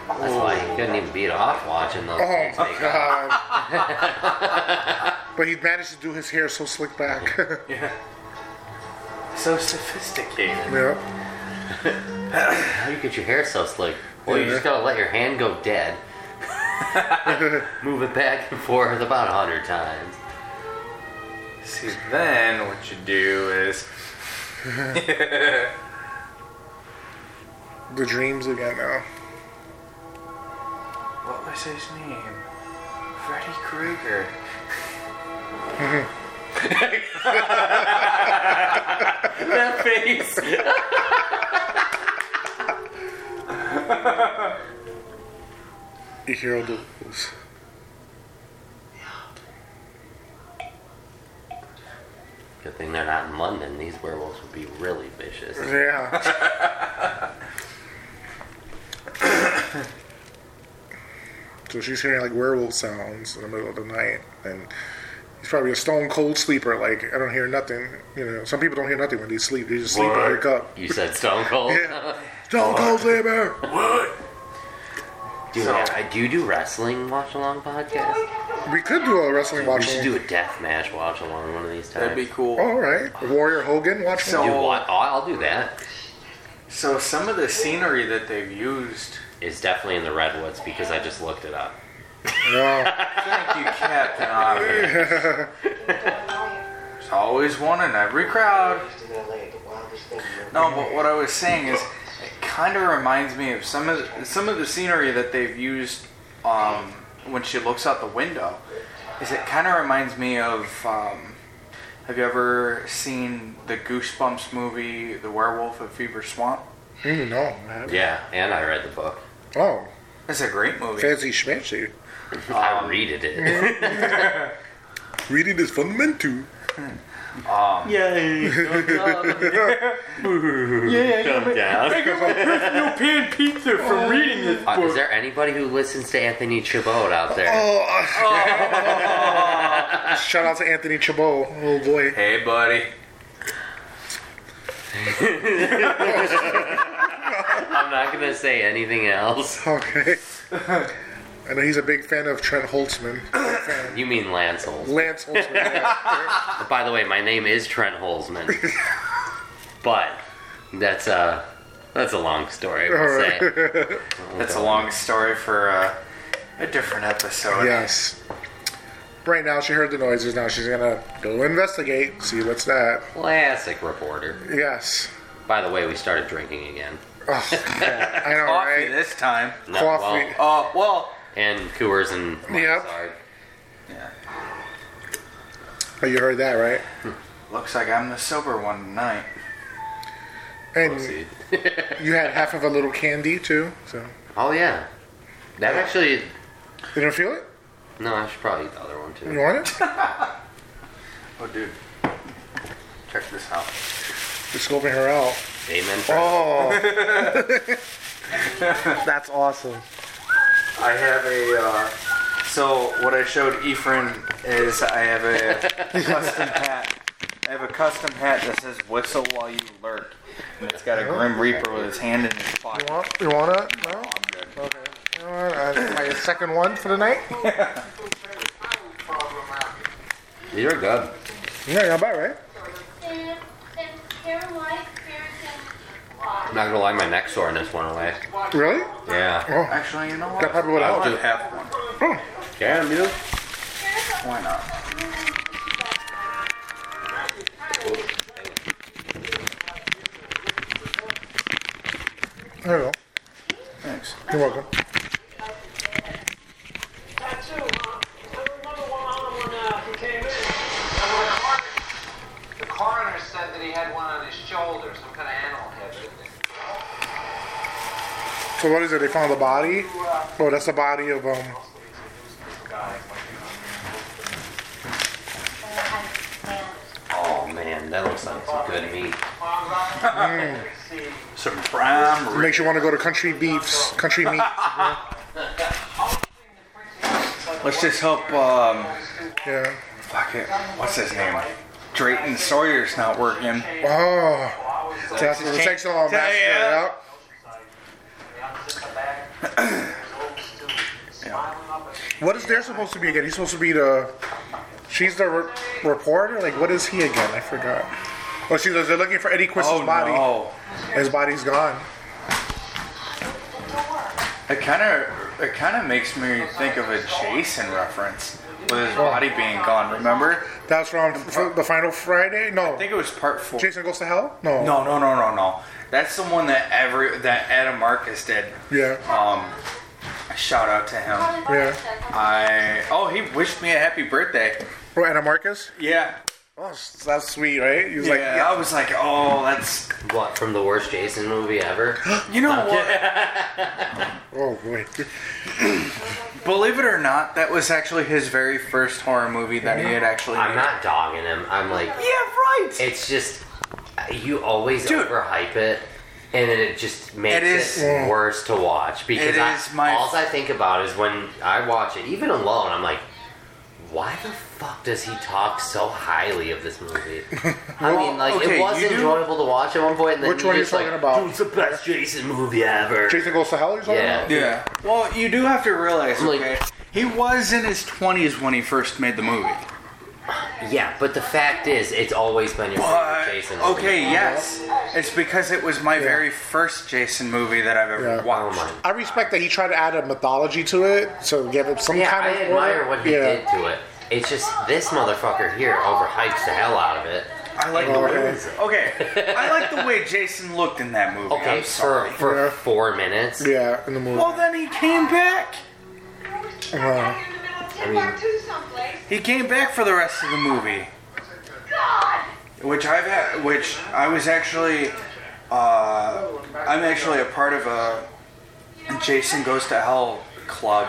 Speaker 4: That's why he couldn't even beat off watching those
Speaker 2: Yeah.
Speaker 4: things.
Speaker 2: Oh God! but he managed to do his hair so slick back.
Speaker 5: So sophisticated.
Speaker 2: yeah.
Speaker 4: How do you get your hair so slick? Well, you just gotta let your hand go dead. Move it back and forth about a hundred times.
Speaker 5: See, then what you do is
Speaker 2: The dreams again now.
Speaker 5: what was his name? Freddy Krueger.
Speaker 4: That face!
Speaker 2: You hear all those.
Speaker 4: Good thing they're not in London. These werewolves would be really vicious.
Speaker 2: Yeah. so she's hearing like werewolf sounds in the middle of the night, and he's probably a stone cold sleeper. Like I don't hear nothing. You know, some people don't hear nothing when they sleep. They just sleep and wake up.
Speaker 4: You said Stone Cold?
Speaker 2: Yeah. Stone cold sleeper.
Speaker 4: Dude, I, do you do wrestling watch along podcast?
Speaker 2: We could do a wrestling watch.
Speaker 4: We should do a death match watch along one of these times.
Speaker 5: That'd be cool.
Speaker 2: All right, Warrior Hogan watch.
Speaker 5: So-
Speaker 4: Dude, what? Oh, I'll do that.
Speaker 5: So some of the scenery that they've used.
Speaker 4: It's definitely in the Redwoods because I just looked it up.
Speaker 2: no.
Speaker 5: Thank you, Captain Obvious.
Speaker 2: Mm,
Speaker 11: Lawyer.
Speaker 5: There's always one in every crowd. No, but what I was saying is, it kind of reminds me of some of the, some of the scenery that they've used um, when she looks out the window. Is it kind of reminds me of? Um, have you ever seen the Goosebumps movie, The Werewolf of Fever Swamp?
Speaker 2: Mm, no. man.
Speaker 4: Yeah, and I read the book.
Speaker 2: Oh,
Speaker 5: It's a great movie.
Speaker 2: fancy schmancy.
Speaker 4: I readed it.
Speaker 2: Reading is fundamental.
Speaker 4: Yay! Come down.
Speaker 5: European pizza from reading this
Speaker 4: Uh, is there anybody who listens to Anthony Chabot out there?
Speaker 2: Oh. Shout out to Anthony Chabot. Oh boy.
Speaker 5: Hey, buddy.
Speaker 4: I'm not gonna say anything else.
Speaker 2: Okay. I know he's a big fan of Trent Holtzman.
Speaker 4: You mean Lance Holzman.
Speaker 2: Lance Holtzman. yeah.
Speaker 4: By the way, my name is Trent Holzman. but that's a that's a long story. We'll say.
Speaker 5: That's a long story for uh, a different episode.
Speaker 2: yes. Right now, she heard the noises. Now she's gonna go investigate, see what's that.
Speaker 4: Classic reporter.
Speaker 2: Yes.
Speaker 4: By the way, we started drinking again.
Speaker 2: Oh, God. I know,
Speaker 5: Coffee
Speaker 2: right?
Speaker 5: this time.
Speaker 4: No,
Speaker 2: Coffee.
Speaker 4: well,
Speaker 5: Oh, well.
Speaker 4: and Coors and
Speaker 2: Yep.
Speaker 4: Mozart.
Speaker 5: Yeah.
Speaker 2: Oh, you heard that, right?
Speaker 5: Looks like I'm the sober one tonight.
Speaker 2: And
Speaker 4: Proceed.
Speaker 2: you had half of a little candy too, so
Speaker 4: Oh yeah, that actually.
Speaker 2: you don't feel it.
Speaker 4: No, I should probably eat the other one too.
Speaker 2: You want it?
Speaker 5: Oh, dude. Check this out.
Speaker 2: Just scoping her out.
Speaker 4: Amen.
Speaker 2: Oh, that's awesome.
Speaker 5: I have a. Uh, so what I showed Ephraim is I have a custom hat. I have a custom hat that says "Whistle while you lurk," and it's got a Grim Reaper with his hand in his
Speaker 2: Oh. You
Speaker 5: pocket.
Speaker 2: want? You want it? No.
Speaker 5: Oh, I'm good.
Speaker 2: Okay. You want it? Uh, my second one for the night.
Speaker 4: You're good.
Speaker 2: Yeah, not bad, right?
Speaker 11: And, and Caroline Pearson
Speaker 4: I'm not gonna lie, my neck's sore in this one away.
Speaker 2: Really?
Speaker 4: Yeah.
Speaker 2: Oh,
Speaker 5: Actually, you know
Speaker 2: that
Speaker 5: what?
Speaker 2: probably would
Speaker 4: I'll
Speaker 2: help.
Speaker 4: do
Speaker 5: Have one.
Speaker 4: Damn, dude.
Speaker 5: Why not?
Speaker 2: There you go.
Speaker 5: Thanks.
Speaker 2: You're welcome.
Speaker 10: Tattoo, huh? I remember one on him when uh, he came in.
Speaker 7: The coroner said that he had one on his shoulder, some kind of animal head. isn't it?
Speaker 2: So what is it? They found the body? Oh, that's the body of um.
Speaker 4: Oh man, that looks like some good meat.
Speaker 5: Some prime rib.
Speaker 2: Makes you want to go to country beefs, country meat.
Speaker 5: Let's just hope, um,
Speaker 2: Yeah.
Speaker 5: fuck it. What's his name? Drayton Sawyer's not working.
Speaker 2: Oh, that's
Speaker 5: Texas
Speaker 2: the
Speaker 5: Chain-
Speaker 2: sexual
Speaker 5: Yeah,
Speaker 2: massacre.
Speaker 5: yeah.
Speaker 2: Yeah. What is there supposed to be again? He's supposed to be the. She's the re- reporter. Like, what is he again? I forgot. Oh, she they're looking for Eddie Quist's
Speaker 5: Oh
Speaker 2: body.
Speaker 5: no.
Speaker 2: His body's gone.
Speaker 5: It kind of it kind of makes me think of a Jason reference with his body being gone. Remember?
Speaker 2: That's from f- the final Friday. No,
Speaker 5: I think it was part four.
Speaker 2: Jason goes to hell. No.
Speaker 5: No, no, no, no, no. That's the one that every that Adam Marcus did.
Speaker 2: Yeah.
Speaker 5: Um, shout out to him.
Speaker 11: Yeah.
Speaker 5: I oh he wished me a happy birthday.
Speaker 2: Oh, Anna Marcus.
Speaker 5: Yeah.
Speaker 2: Oh, s- that's sweet, right? He was
Speaker 5: Yeah,
Speaker 2: like, yeah.
Speaker 5: I was like, oh, that's
Speaker 4: What from the worst Jason movie ever?
Speaker 5: you know what?
Speaker 2: Oh boy.
Speaker 5: Believe it or not, that was actually his very first horror movie that he had actually
Speaker 4: I'm
Speaker 5: made.
Speaker 4: not dogging him. I'm like,
Speaker 5: Yeah, right.
Speaker 4: it's just you always
Speaker 5: Dude.
Speaker 4: overhype it, and then it just makes
Speaker 5: It
Speaker 4: it,
Speaker 5: is-
Speaker 4: worse to watch because
Speaker 5: It
Speaker 4: I,
Speaker 5: is my-
Speaker 4: all I think about is when I watch it, even alone, I'm like. Why the fuck does he talk so highly of this movie? I mean, like
Speaker 5: okay,
Speaker 4: it was
Speaker 5: you do-
Speaker 4: enjoyable to watch at one point, and then
Speaker 2: Which
Speaker 4: you're
Speaker 2: one are you
Speaker 4: just like,
Speaker 2: talking about?
Speaker 4: "Dude, It's the best Jason movie ever.
Speaker 2: Jason goes to hell. You're talking
Speaker 4: Yeah.
Speaker 2: about?
Speaker 5: Yeah. Well, you do have to realize,
Speaker 4: Like-
Speaker 5: okay, he was in his 20s when he first made the movie.
Speaker 4: Yeah, but the fact is, it's always been your
Speaker 5: But,
Speaker 4: favorite Jason. movie.
Speaker 5: okay, yes. It's because it was my very first Jason movie that I've ever
Speaker 2: Yeah.
Speaker 4: Oh
Speaker 5: watched.
Speaker 4: my.
Speaker 2: I respect that he tried to add a mythology to it to give it some
Speaker 4: Yeah,
Speaker 2: kind
Speaker 4: I
Speaker 2: of.
Speaker 4: admire
Speaker 2: order.
Speaker 4: what he
Speaker 2: yeah.
Speaker 4: did to it. It's just this motherfucker here overhypes the hell out of it.
Speaker 5: I like the way. Okay, I like the way Jason looked in that movie.
Speaker 4: Okay,
Speaker 5: I'm
Speaker 4: for
Speaker 5: sorry.
Speaker 4: for
Speaker 2: Yeah.
Speaker 4: four minutes.
Speaker 2: Yeah, in the
Speaker 4: Oh.
Speaker 2: movie.
Speaker 5: Well, then he came back.
Speaker 2: Uh,
Speaker 4: I mean,
Speaker 5: He came back for the rest of the movie. Which I've had, which I was actually, uh, I'm actually a part of a Jason Goes to Hell club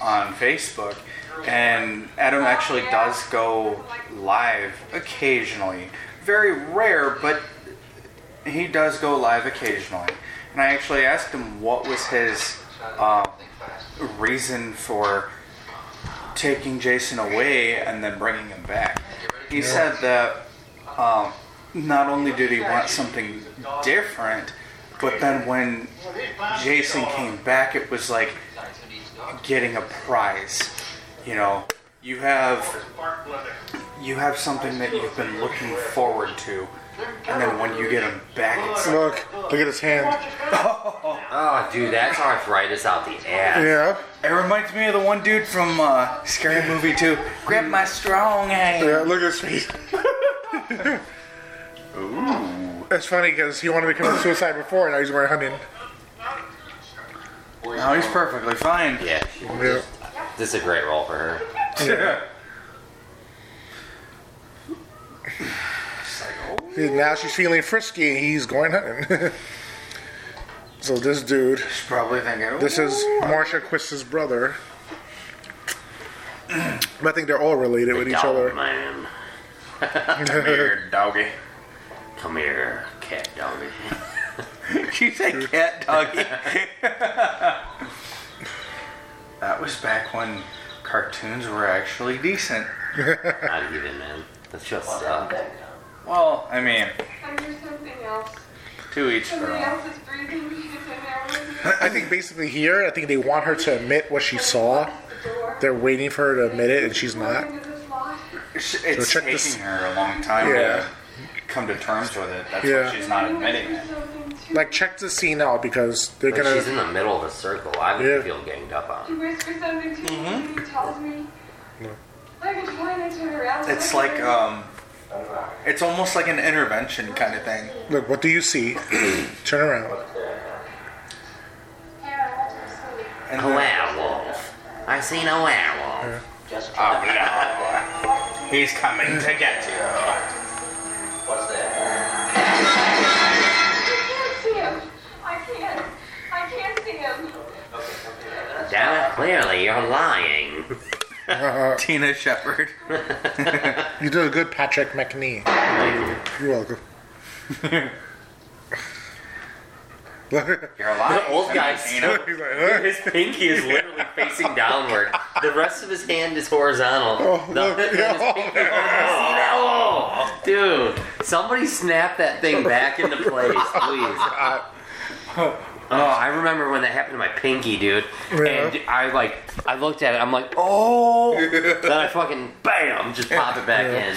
Speaker 5: on Facebook, and Adam actually does go live occasionally. Very rare, but he does go live occasionally. And I actually asked him what was his uh, reason for taking Jason away and then bringing him back. He said that um, not only did he want something different, but then when Jason came back, it was like getting a prize. You know, you have you have something that you've been looking forward to, and then when you get him back, it's like,
Speaker 2: look, look at his hand.
Speaker 4: oh, dude, that's arthritis out the ass.
Speaker 2: Yeah,
Speaker 5: it reminds me of the one dude from uh, Scary Movie 2. Grab my strong hand.
Speaker 2: yeah, look at his face. It's funny because he wanted to commit suicide before, and now he's wearing hunting.
Speaker 5: No, he's perfectly fine.
Speaker 4: Yeah. she-
Speaker 2: Yeah.
Speaker 4: This is a great role for her.
Speaker 2: And now she's feeling frisky, and he's going hunting. so this dude,
Speaker 5: He's probably thinking,
Speaker 2: this is Marsha Quist's brother. But I think they're all related with each
Speaker 4: Dog
Speaker 2: other.
Speaker 4: man.
Speaker 5: weird doggy.
Speaker 4: Come here, cat doggy.
Speaker 5: you say cat doggy? that was back when cartoons were actually decent.
Speaker 4: Not even, man. That's just uh,
Speaker 5: Well, I mean,
Speaker 11: I hear something else.
Speaker 5: to each their
Speaker 11: Somebody
Speaker 5: own.
Speaker 11: else is breathing. He's in there with
Speaker 2: I think basically here, I think they want her to admit what she saw.
Speaker 11: the door.
Speaker 2: They're waiting for her to admit it, and she's not.
Speaker 11: Into this lot.
Speaker 5: It's it's
Speaker 2: check
Speaker 5: taking
Speaker 2: this-
Speaker 5: her a long time
Speaker 2: Yeah.
Speaker 5: to come to terms with it. That's
Speaker 2: Yeah.
Speaker 5: why she's not admitting it.
Speaker 2: Like, check this scene out because they're
Speaker 4: But she's
Speaker 2: gonna.
Speaker 4: in the middle of a circle. I would
Speaker 2: Yeah.
Speaker 4: feel ganged up on.
Speaker 8: You whisper something to
Speaker 4: Mm-hmm.
Speaker 8: me, and he tells me. I can try not to harass
Speaker 5: It's
Speaker 8: him.
Speaker 5: like um, it's almost like an intervention kind of thing.
Speaker 2: Look, what do you see? Turn around.
Speaker 11: Karen, I want you to sleep.
Speaker 5: And
Speaker 4: A werewolf. I seen a werewolf.
Speaker 7: Just
Speaker 5: Oh no! He's coming to get you.
Speaker 7: what's there?
Speaker 8: I can't see him. I can't. I can't see him.
Speaker 4: Dana, clearly you're lying.
Speaker 5: Tina Shepard.
Speaker 2: You did a good Patrick McNee. You're welcome.
Speaker 5: You're lying.
Speaker 4: The old guy still-
Speaker 2: He's like, "Huh?"
Speaker 4: His pinky is literally facing downward. The rest of his hand is horizontal.
Speaker 2: Oh,
Speaker 4: The-
Speaker 2: look,
Speaker 4: and his
Speaker 2: yeah, oh,
Speaker 4: pinky- Oh, no! Dude, somebody snap that thing back into place, please. Oh, I remember when that happened to my pinky, dude. And I like, I looked at it. I'm like, oh! Then I fucking bam, just pop it back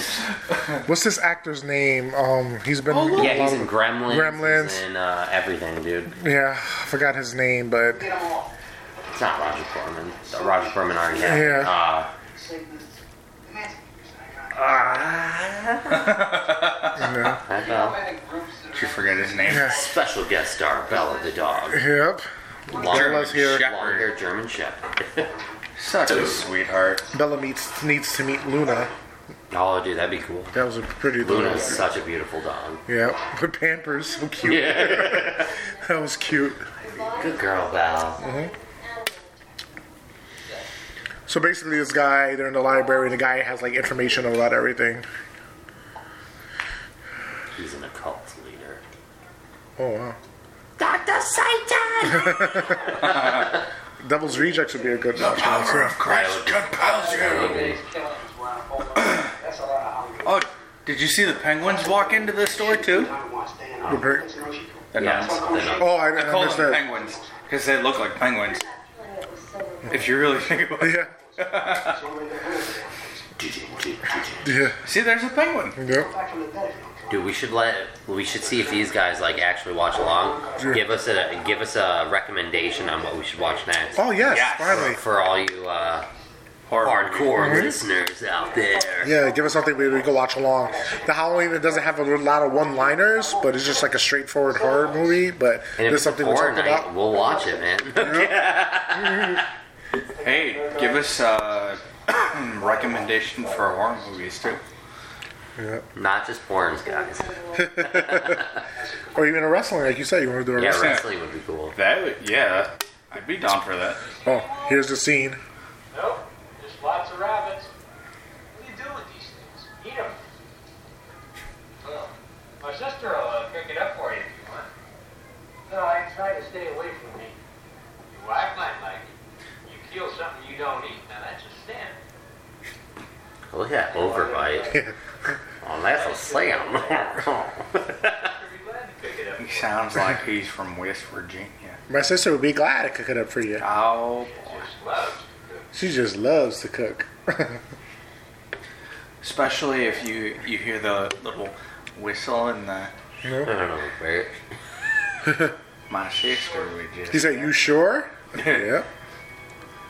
Speaker 2: What's this actor's name? Um, he's been.
Speaker 4: in. Yeah, he's in Gremlins.
Speaker 2: Gremlins.
Speaker 4: He's in uh, everything, dude.
Speaker 2: Yeah, I forgot his name, but
Speaker 4: It's not Roger Corman. It's Roger Corman already had. it.
Speaker 2: Yeah.
Speaker 4: Uh, I know.
Speaker 5: Did you forget his name?
Speaker 4: Uh, Special guest star Bella the dog.
Speaker 2: yep.
Speaker 4: Long,
Speaker 2: Bella's here.
Speaker 4: long-haired German Shepherd.
Speaker 5: Such a sweetheart.
Speaker 2: Bella meets needs to meet Luna.
Speaker 4: oh, dude, that'd be cool.
Speaker 2: That was a pretty little.
Speaker 4: Luna's such a beautiful dog.
Speaker 2: Yeah, the Pampers, so cute.
Speaker 4: Yeah.
Speaker 2: That was cute.
Speaker 4: Good girl, Belle.
Speaker 2: So basically, this guy they're in the library, and the guy has like information about everything.
Speaker 4: He's an occult leader.
Speaker 2: Oh wow,
Speaker 4: Dr. Satan!
Speaker 2: Devil's Rejects would be a good option.
Speaker 4: Christ compels you!
Speaker 7: That's a lot of Hollywood.
Speaker 5: Oh, did you see the penguins walk into the store too?
Speaker 7: I don't want to stand
Speaker 2: The
Speaker 7: on
Speaker 2: per-
Speaker 5: They're
Speaker 4: Yeah,
Speaker 5: not.
Speaker 4: they're not.
Speaker 2: Oh, I,
Speaker 5: I
Speaker 2: I
Speaker 5: call
Speaker 2: missed
Speaker 5: them
Speaker 2: that.
Speaker 5: penguins because they look like penguins.
Speaker 11: When it was silver.
Speaker 5: If you really think about it.
Speaker 2: Yeah, yeah,
Speaker 5: See, there's a penguin.
Speaker 2: yeah.
Speaker 4: Dude, we should let we should see if these guys like actually watch along. Give us a give us a recommendation on what we should watch next.
Speaker 2: Oh yes,
Speaker 5: Yes.
Speaker 2: finally.
Speaker 4: For all you uh, hardcore listeners out there.
Speaker 2: Yeah, give us something we, we can watch along. The Halloween it doesn't have a lot of one-liners, but it's just like a straightforward horror movie. But
Speaker 4: And if
Speaker 2: there's
Speaker 4: it's
Speaker 2: something we
Speaker 4: horror
Speaker 2: talked
Speaker 4: night,
Speaker 2: about.
Speaker 4: we'll watch it, man.
Speaker 5: Hey, give us a recommendation for horror movies too.
Speaker 4: Not just porns, guys.
Speaker 2: Or even a wrestling, like you said, you want to do a
Speaker 4: Yeah,
Speaker 2: wrestling.
Speaker 4: wrestling would be cool.
Speaker 5: That would, yeah, I'd be down for that.
Speaker 2: Oh, here's the scene.
Speaker 7: Nope, just lots of rabbits. What do you do with these things? Eat them. Well, my sister will uh, pick it up for you if you want. No, I try to stay away from meat. Your wife might like it. You kill something you don't eat. Now that's a sin.
Speaker 4: Look at that overbite. Oh, that's a slam.
Speaker 7: I'd be glad to pick it up.
Speaker 5: He sounds like he's from West Virginia.
Speaker 2: My sister would be glad to cook it up for you.
Speaker 5: Oh,
Speaker 7: Just loves to cook.
Speaker 2: She just loves to cook.
Speaker 5: especially if you you hear the little whistle and the
Speaker 4: I don't know, Bert.
Speaker 5: my sister would just.
Speaker 2: He said, "You sure?" yep.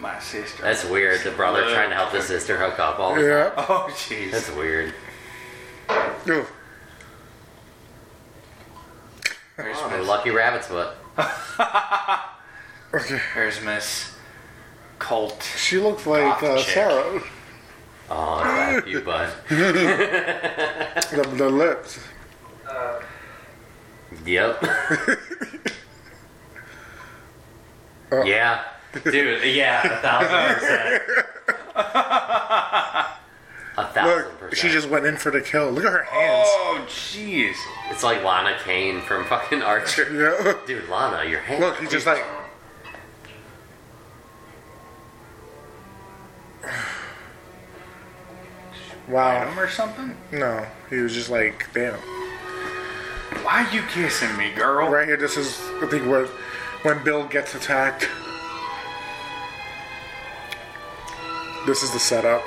Speaker 5: My sister.
Speaker 4: That's weird. The brother trying to help the sister hook up all the time.
Speaker 2: Yep.
Speaker 5: Oh, jeez.
Speaker 4: That's weird.
Speaker 2: Ooh.
Speaker 5: There's
Speaker 4: Oh,
Speaker 5: Miss-
Speaker 4: lucky rabbit's foot.
Speaker 5: There's Miss Colt.
Speaker 2: She looks like uh,
Speaker 5: Goth chick.
Speaker 2: Sarah.
Speaker 4: Oh, thank you, bud.
Speaker 2: The, the lips.
Speaker 4: Yep.
Speaker 2: Uh,
Speaker 4: yeah. Dude, yeah, a thousand percent. A thousand
Speaker 2: Look,
Speaker 4: percent.
Speaker 2: she just went in for the kill. Look at her hands.
Speaker 5: Oh, jeez.
Speaker 4: It's like Lana Kane from fucking Archer.
Speaker 2: Yeah.
Speaker 4: Dude, Lana, your hand.
Speaker 2: Look, he's just like. Wow.
Speaker 5: Him or something?
Speaker 2: No, he was just like, damn.
Speaker 5: Why you kissing me, girl?
Speaker 2: Right here, this is I think where when Bill gets attacked. This is the setup.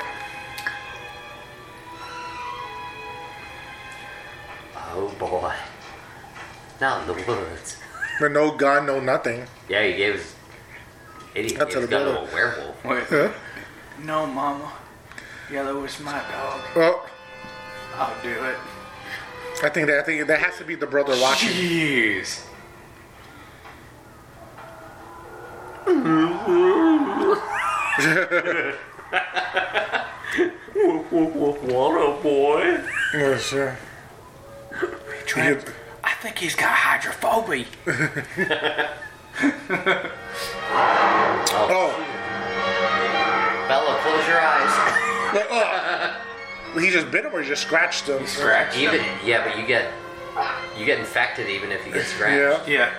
Speaker 4: out Oh, in the woods.
Speaker 2: But no gun, no nothing.
Speaker 4: Yeah, he gave his idiot
Speaker 2: That's
Speaker 4: gave his
Speaker 2: a
Speaker 4: gun
Speaker 2: bullet.
Speaker 4: to a werewolf.
Speaker 5: Wait.
Speaker 2: Huh?
Speaker 5: No, Mama. Yeah, that was my dog.
Speaker 2: Well,
Speaker 5: I'll do it.
Speaker 2: I think that I think that has to be the brother watching.
Speaker 5: Jeez.
Speaker 4: What a boy!
Speaker 2: Yeah, sure.
Speaker 5: Trent, I think he's got hydrophobia.
Speaker 2: Oh,
Speaker 4: Bella, close your eyes.
Speaker 2: oh. he just bit him or he just scratched him.
Speaker 5: Scratch.
Speaker 4: Even yeah, but you get you get infected even if you get scratched.
Speaker 2: Yeah.
Speaker 5: Yeah.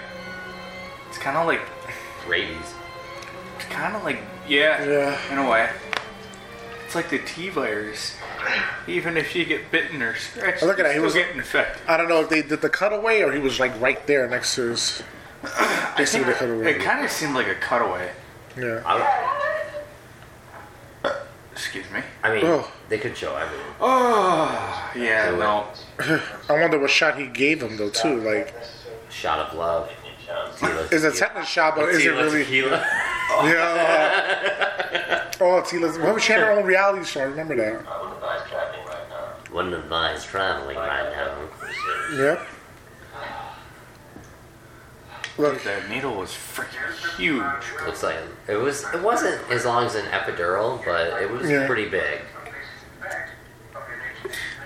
Speaker 5: It's kind of like,
Speaker 4: Rabies.
Speaker 5: it's kind of like, yeah,
Speaker 2: Yeah.
Speaker 5: in a way. It's like the T virus. Even if you get bitten or scratched,
Speaker 2: Look at
Speaker 5: you
Speaker 2: that, he
Speaker 5: still
Speaker 2: was-
Speaker 5: getting infected.
Speaker 2: I don't know if they did the cutaway or he was like right there next to his. They see the
Speaker 5: It
Speaker 2: cutaway.
Speaker 5: kind of seemed like a cutaway.
Speaker 2: Yeah.
Speaker 4: I, don't-
Speaker 5: Excuse me.
Speaker 4: I mean,
Speaker 2: Oh.
Speaker 4: they could show everyone.
Speaker 5: Oh, yeah, no.
Speaker 2: I wonder what shot he gave him though too. Like,
Speaker 4: Shot of love. Tequila,
Speaker 2: is a
Speaker 4: tequila.
Speaker 2: tetanus shot, but is it
Speaker 4: Tequila,
Speaker 2: really?
Speaker 4: tequila.
Speaker 2: Yeah. Oh, Tila's. Well, she had her own reality show. I remember that.
Speaker 4: Wouldn't advise traveling right now.
Speaker 2: Yep. Look.
Speaker 5: That needle was freaking huge.
Speaker 4: Looks like it was. It wasn't as long as an epidural, but it was
Speaker 2: Yeah.
Speaker 4: pretty big.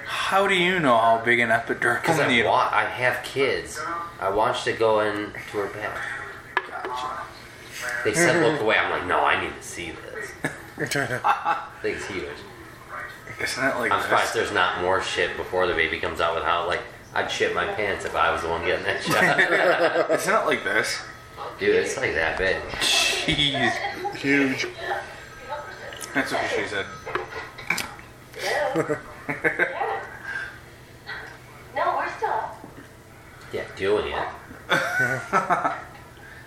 Speaker 5: How do you know how big an
Speaker 4: Because
Speaker 5: epidural
Speaker 4: I,
Speaker 5: needle?
Speaker 4: wa- I have kids. I watched it go into her back. They said, look away. I'm like, no, I need to see this. Thing's huge.
Speaker 5: Isn't it like
Speaker 4: I'm surprised
Speaker 5: this?
Speaker 4: there's not more shit before the baby comes out with how, like, I'd shit my pants if I was the one getting that shot.
Speaker 5: Isn't it like this?
Speaker 4: Dude, it's like that big.
Speaker 5: Jeez.
Speaker 2: Huge.
Speaker 5: That's what she said.
Speaker 8: No, we're still up.
Speaker 4: Yeah, doing it.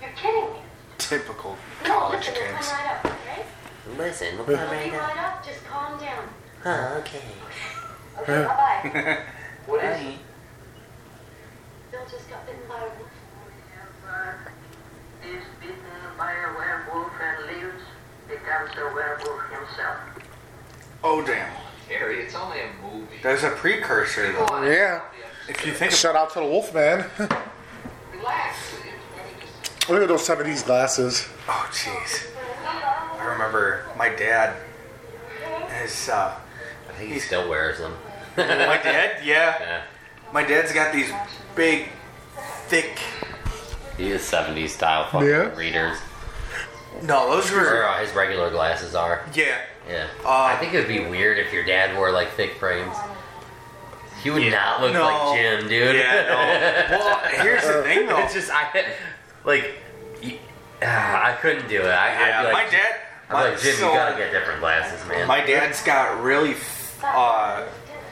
Speaker 8: You're kidding me.
Speaker 5: Typical
Speaker 8: No,
Speaker 5: college
Speaker 8: listen, we'll
Speaker 5: kids.
Speaker 8: climb right up, right?
Speaker 4: Listen, we'll come
Speaker 8: We'll
Speaker 4: right
Speaker 8: be
Speaker 4: now.
Speaker 8: right up, just calm down.
Speaker 4: Huh, okay.
Speaker 8: Okay, bye-bye.
Speaker 4: What is he?
Speaker 8: Bill just got bitten by a wolf.
Speaker 7: Is bitten by a werewolf and lives, becomes a werewolf himself.
Speaker 5: Oh damn.
Speaker 7: Harry, it's only a movie.
Speaker 5: There's a precursor though.
Speaker 2: Yeah.
Speaker 5: If you think
Speaker 2: Shout out to the Wolfman.
Speaker 7: Relax.
Speaker 2: Look at those 70s glasses.
Speaker 5: Oh jeez. I remember my dad his uh
Speaker 4: I think he still wears them.
Speaker 5: my dad, yeah.
Speaker 4: Yeah.
Speaker 5: My dad's got these big thick
Speaker 4: He is 70s style fucking
Speaker 2: Yeah.
Speaker 4: readers.
Speaker 5: No, those
Speaker 4: Or
Speaker 5: were
Speaker 4: uh, his regular glasses are.
Speaker 5: yeah.
Speaker 4: Yeah.
Speaker 5: Uh,
Speaker 4: I think it would be weird if your dad wore like thick frames. He would not look
Speaker 5: No.
Speaker 4: like Jim, dude.
Speaker 5: Yeah, no. Well, here's the thing though.
Speaker 4: it's just I like y- ah, I couldn't do it. I, I'd
Speaker 5: Yeah,
Speaker 4: be like,
Speaker 5: my dad
Speaker 4: I'm like Jim,
Speaker 5: so-
Speaker 4: you gotta get different glasses, man.
Speaker 5: My dad's got really uh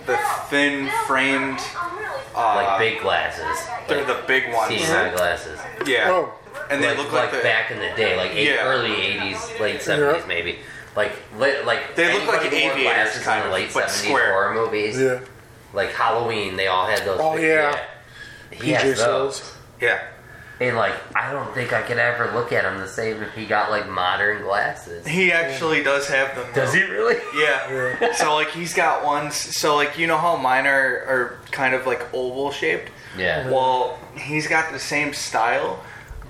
Speaker 5: the thin framed
Speaker 8: I'm really
Speaker 5: uh
Speaker 4: like big glasses,
Speaker 5: they're the big ones.
Speaker 4: seeing eye glasses.
Speaker 5: Yeah.
Speaker 2: Oh,
Speaker 5: And they look like, the,
Speaker 4: back in the day, like eight,
Speaker 5: Yeah.
Speaker 4: early '80s, late '70s,
Speaker 2: Yeah.
Speaker 4: maybe. Like li- like
Speaker 5: They look like
Speaker 4: anybody who wore
Speaker 5: aviators,
Speaker 4: glasses
Speaker 5: kind
Speaker 4: in
Speaker 5: of,
Speaker 4: the late
Speaker 5: but
Speaker 4: '70s
Speaker 5: square.
Speaker 4: horror movies.
Speaker 2: yeah.
Speaker 4: Like Halloween, they all had those.
Speaker 2: Oh,
Speaker 4: big-
Speaker 2: yeah.
Speaker 4: He has those.
Speaker 5: Yeah.
Speaker 4: And like, I don't think I could ever look at him the same if he got like modern glasses.
Speaker 5: He actually does have them.
Speaker 4: Does he really?
Speaker 5: Yeah. so like he's got ones. So like you know how mine are are kind of like oval shaped.
Speaker 4: Yeah.
Speaker 5: Well, he's got the same style,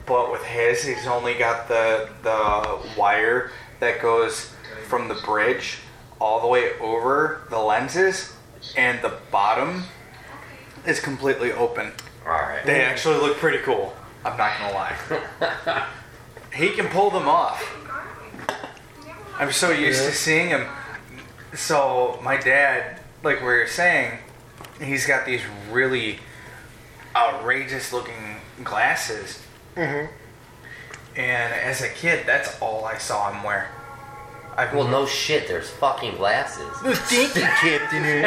Speaker 5: but with his, he's only got the the wire that goes from the bridge all the way over the lenses, and the bottom is completely open.
Speaker 4: All right.
Speaker 5: They actually look pretty cool. I'm not gonna lie. he can pull them off. I'm so used to seeing him. So my dad, like we were saying, he's got these really outrageous looking glasses. And as a kid, that's all I saw him wear. I've
Speaker 4: Well, no shit. There's fucking glasses.
Speaker 5: thank you, Captain.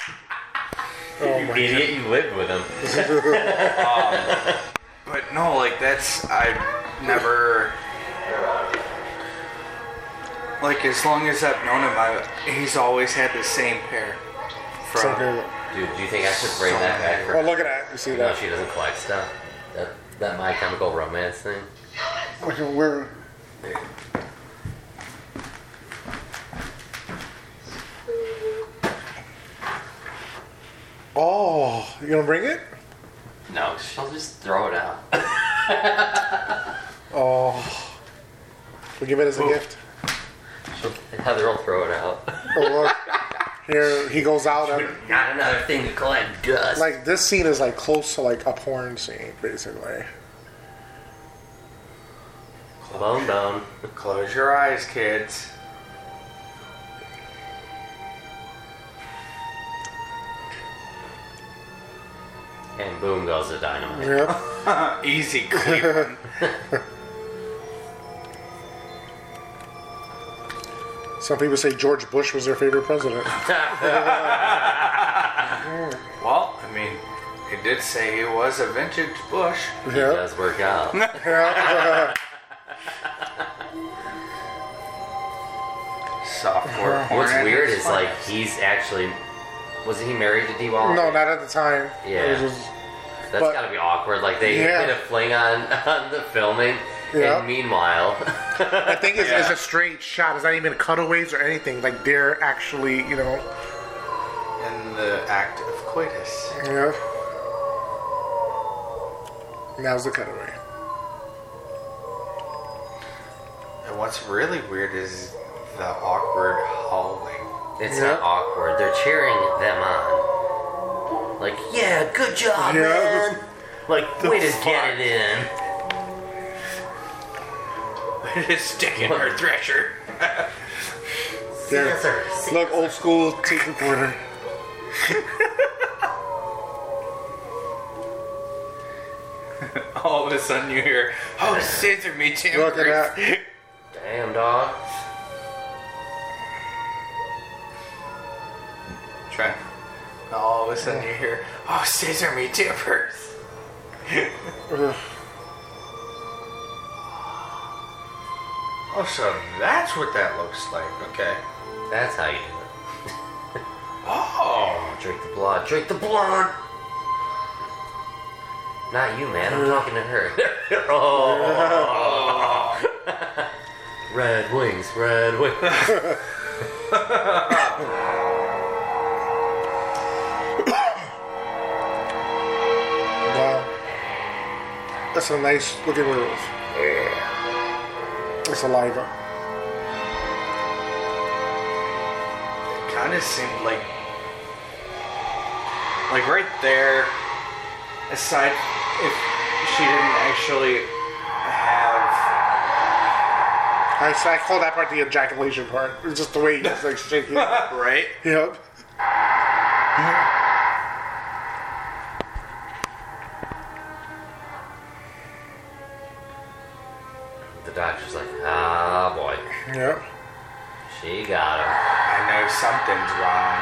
Speaker 2: Oh my
Speaker 4: Idiot, you lived with him.
Speaker 5: But no, like that's I've never like as long as I've known him, I, he's always had the same pair.
Speaker 2: It's
Speaker 5: From
Speaker 2: okay.
Speaker 4: Dude, do you think I should bring that back for
Speaker 2: Oh, look at that. You see
Speaker 4: No,
Speaker 2: that?
Speaker 4: she doesn't collect stuff. That that My Chemical Romance thing.
Speaker 2: Look at where. Oh, you gonna bring it?
Speaker 4: No, she'll just throw it out.
Speaker 2: Oh, we give it as a gift.
Speaker 4: She'll, Heather will throw it out.
Speaker 2: Oh, look. Here he goes out. and-
Speaker 4: Not another thing to collect dust.
Speaker 2: like this scene is like close to like a porn scene, basically.
Speaker 4: Bone bone.
Speaker 5: Close your eyes, kids.
Speaker 4: And boom goes the dynamite.
Speaker 2: Yep.
Speaker 5: Easy, clean.
Speaker 2: Some people say George Bush was their favorite president.
Speaker 5: well, I mean, it did say he was a vintage Bush.
Speaker 4: It
Speaker 2: Yeah.
Speaker 4: does work out.
Speaker 5: Software.
Speaker 4: What's
Speaker 5: porn.
Speaker 4: weird is like he's actually wasn't he married to D Wall?
Speaker 2: No, not at the time. It
Speaker 4: Yeah.
Speaker 2: was just-
Speaker 4: That's
Speaker 2: but-
Speaker 4: gotta be awkward. Like they
Speaker 2: Yeah.
Speaker 4: did a fling on on the filming,
Speaker 2: Yeah.
Speaker 4: and meanwhile,
Speaker 2: I think it's, it's a straight shot. It's not even cutaways or anything. Like they're actually, you know,
Speaker 5: In the act of coitus.
Speaker 2: Yeah. Now's the cutaway.
Speaker 5: And what's really weird is the awkward howling.
Speaker 4: it's
Speaker 2: Yeah.
Speaker 4: not awkward. They're cheering them on. Like, yeah, good job,
Speaker 2: Yeah.
Speaker 4: man. Like, way to get it in.
Speaker 5: It's sticking her thresher.
Speaker 2: There.
Speaker 4: Sir, see-
Speaker 2: Look, old school tape recorder.
Speaker 5: All of a sudden you hear, oh, scissor me, Tim.
Speaker 2: Look at that.
Speaker 4: Damn dog.
Speaker 5: Try. All of a sudden you hear, oh, scissor me, tippers.
Speaker 2: Ugh.
Speaker 5: Oh, so that's what that looks like. Okay.
Speaker 4: That's how you do
Speaker 5: Oh.
Speaker 4: it. Drink the blood. Drink the blood. Not you, man. I'm talking to her. oh. red wings. Red wings.
Speaker 2: Wow. That's a nice looking roof. It's saliva.
Speaker 5: Kind of seemed like. Like right there, aside if she didn't actually have.
Speaker 2: I, so I call that part the ejaculation part. It's just the way he just like shaking. yep.
Speaker 5: Right?
Speaker 4: The doctor's like, ah, boy.
Speaker 2: Yep.
Speaker 4: She got him.
Speaker 5: I know something's wrong.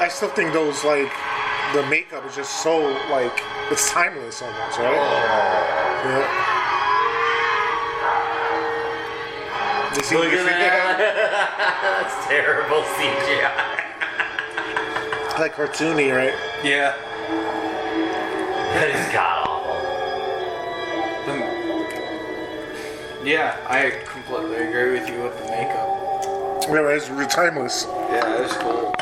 Speaker 2: I still think those like the makeup is just so like it's timeless almost, right? Yeah. They seem to figure out-
Speaker 4: That's terrible CGI.
Speaker 2: like cartoony, right?
Speaker 5: Yeah.
Speaker 4: That is god awful.
Speaker 5: The- yeah, I completely agree with you with the makeup.
Speaker 2: Remember, it's re- timeless.
Speaker 5: Yeah, it was cool.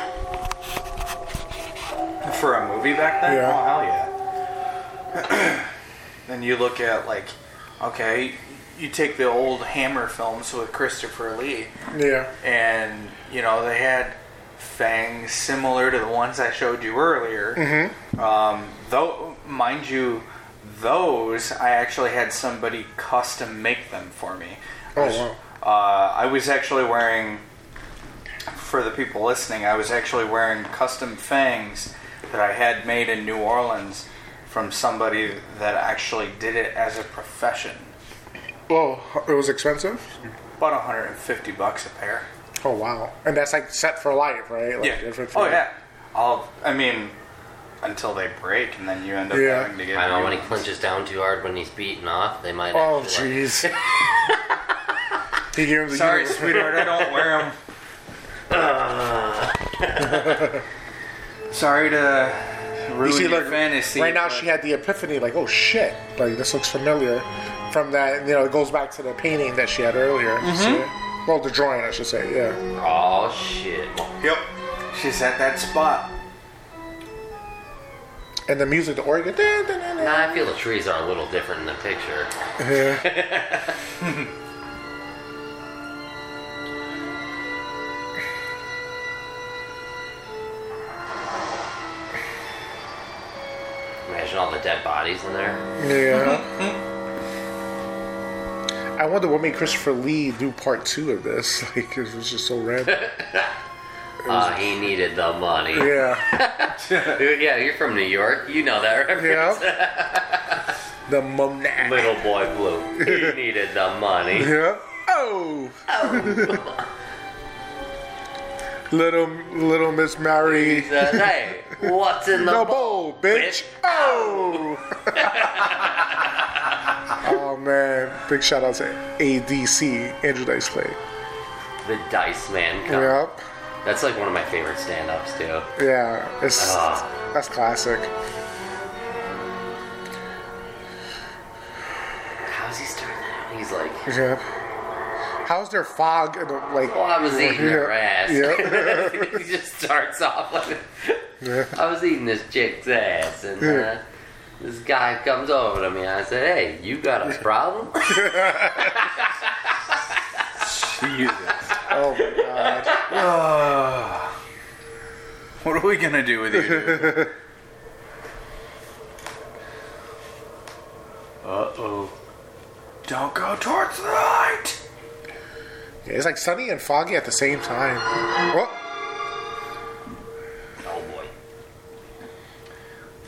Speaker 5: For a movie back then?
Speaker 2: Yeah.
Speaker 5: Oh, hell yeah. then you look at, like, okay, you take the old Hammer films with Christopher Lee,
Speaker 2: Yeah.
Speaker 5: and, you know, they had fangs similar to the ones I showed you earlier.
Speaker 2: Mm-hmm.
Speaker 5: Um, though, mind you, those I actually had somebody custom make them for me.
Speaker 2: Oh, wow.
Speaker 5: Uh, I was actually wearing, for the people listening, I was actually wearing custom fangs that I had made in New Orleans from somebody that actually did it as a profession.
Speaker 2: Oh, it was expensive.
Speaker 5: About 150 bucks a pair.
Speaker 2: Oh wow, and that's like set for life, right? Like,
Speaker 5: Yeah.
Speaker 2: if it's-
Speaker 5: Oh yeah. I'll. I mean, until they break, and then you end up
Speaker 2: Yeah.
Speaker 5: having to get.
Speaker 4: I know
Speaker 5: new
Speaker 4: when he
Speaker 5: ones.
Speaker 4: clenches down too hard when he's beaten off, they might.
Speaker 2: Oh,
Speaker 4: actually-
Speaker 2: jeez. he gave him the
Speaker 5: Sorry,
Speaker 2: universe.
Speaker 5: sweetheart, I don't wear them. Sorry to ruin
Speaker 2: You see,
Speaker 5: your
Speaker 2: like,
Speaker 5: fantasy.
Speaker 2: right now
Speaker 5: but
Speaker 2: she had the epiphany, like, oh shit, like this looks familiar from that, you know, it goes back to the painting that she had earlier.
Speaker 5: Mm-hmm.
Speaker 2: So- well, the drawing, I should say, yeah.
Speaker 4: Oh shit!
Speaker 5: Yep. She's at that spot.
Speaker 2: And the music, the organ. da- da- da- da.
Speaker 4: Nah, I feel the trees are a little different in the picture. Imagine all the dead bodies in there.
Speaker 5: Mm-hmm.
Speaker 2: Yeah. I wonder what made Christopher Lee do part two of this. Like, it was just so random.
Speaker 4: Uh, he needed the money.
Speaker 2: yeah.
Speaker 4: Yeah, you're from New York. You know that reference.
Speaker 2: Yeah. The mum.
Speaker 4: Little boy blue. He needed the money.
Speaker 2: Yeah. Oh.
Speaker 4: Oh.
Speaker 2: little little Miss Mary.
Speaker 4: He said, "Hey, what's in the
Speaker 2: No
Speaker 4: bowl?"
Speaker 2: bowl, bitch.
Speaker 4: bitch.
Speaker 2: Oh. oh man! Big shout out to ADC Andrew Dice Clay.
Speaker 4: The Dice Man. Cup.
Speaker 2: Yep.
Speaker 4: That's like one of my favorite stand-ups too.
Speaker 2: Yeah. It's
Speaker 4: Ah.
Speaker 2: that's classic.
Speaker 4: How's he starting that out? He's like,
Speaker 2: Yeah. How's there fog in the like?
Speaker 4: well, I was eating her ass.
Speaker 2: Yeah.
Speaker 4: he just starts off like,
Speaker 2: Yeah.
Speaker 4: I was eating this chick's ass, and uh,
Speaker 2: Yeah.
Speaker 4: this guy comes over to me. and I said, hey, you got a problem?
Speaker 5: Jesus.
Speaker 2: Oh my god.
Speaker 5: What are we gonna do with you? Dude? uh oh. Don't go towards the light.
Speaker 2: Yeah, it's like sunny and foggy at the same time. Oh,
Speaker 4: oh boy.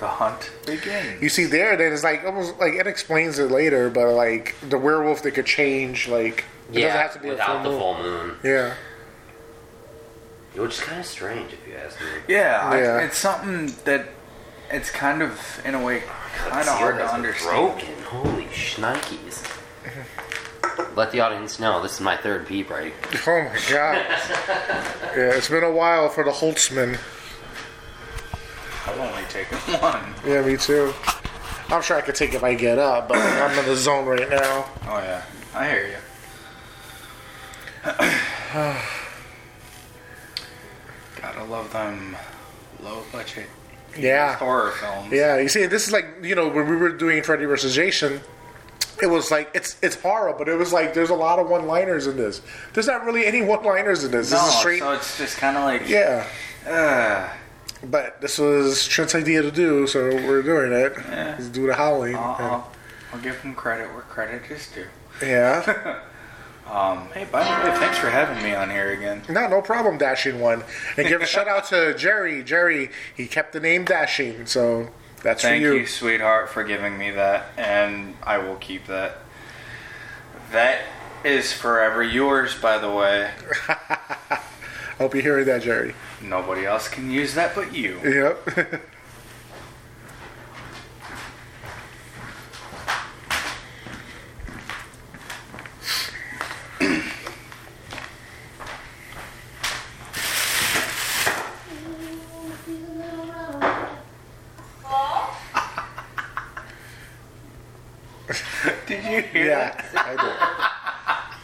Speaker 5: The hunt begins.
Speaker 2: you see there, then it's like almost like it explains it later, but like the werewolf that could change, like it
Speaker 4: Yeah,
Speaker 2: doesn't have to be a full
Speaker 4: without
Speaker 2: moon.
Speaker 4: the full moon,
Speaker 2: Yeah.
Speaker 4: which is kind of strange if you ask me.
Speaker 5: Yeah, I-
Speaker 2: Yeah.
Speaker 5: it's something that it's kind of in a way kind of
Speaker 4: Sierra's
Speaker 5: hard to understand.
Speaker 4: Broken. Holy shnikes. Let the audience know this is my third pee break.
Speaker 2: Oh my god. yeah, it's been a while for the Holtzman.
Speaker 5: I've only taken one.
Speaker 2: Yeah, me too. I'm sure I could take it if I get up, but I'm in the zone right now.
Speaker 5: Oh yeah, I hear you. Gotta love them low budget
Speaker 2: Yeah.
Speaker 5: horror films.
Speaker 2: Yeah, you see, this is like, you know, when we were doing Freddy vs. Jason, it was like, it's it's horror, but it was like, there's a lot of one liners in this. There's not really any one liners in this.
Speaker 5: No,
Speaker 2: This is straight.
Speaker 5: so it's just kind of like
Speaker 2: Yeah.
Speaker 5: uh,
Speaker 2: But this was Trent's idea to do, so we're doing it.
Speaker 5: Yeah. Uh-huh.
Speaker 2: Let's do the howling.
Speaker 5: I'll, I'll, I'll give them credit where credit is due.
Speaker 2: Yeah.
Speaker 5: Um, hey, by the way, thanks for having me on here again.
Speaker 2: No, no problem dashing one. And give a shout out to Jerry. Jerry, he kept the name dashing, so that's
Speaker 5: Thank
Speaker 2: for you.
Speaker 5: you, sweetheart, for giving me that, and I will keep that. That is forever yours, by the way.
Speaker 2: Hope you're hearing that, Jerry.
Speaker 5: Nobody else can use that but you.
Speaker 2: Yep.
Speaker 5: Did you hear
Speaker 2: yeah. I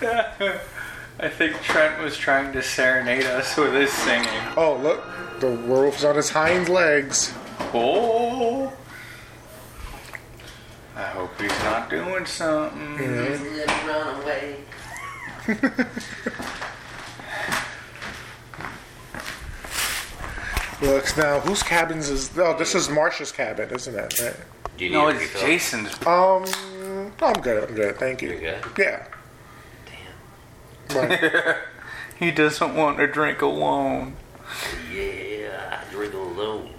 Speaker 5: that? I think Trent was trying to serenade us with his singing.
Speaker 2: do. Oh, look. The werewolf's on his hind legs.
Speaker 5: Oh! I hope he's not doing something.
Speaker 4: Run away.
Speaker 2: Looks now, whose cabins is. Oh, this is Marsha's cabin, isn't it? Right.
Speaker 4: Do you need
Speaker 5: No,
Speaker 4: a
Speaker 5: it's
Speaker 4: refill?
Speaker 5: Jason's.
Speaker 2: Um. No, I'm good. I'm good. Thank you.
Speaker 4: You're good?
Speaker 2: Yeah. Damn. Right.
Speaker 5: He doesn't want to drink alone.
Speaker 4: Yeah, I drink alone.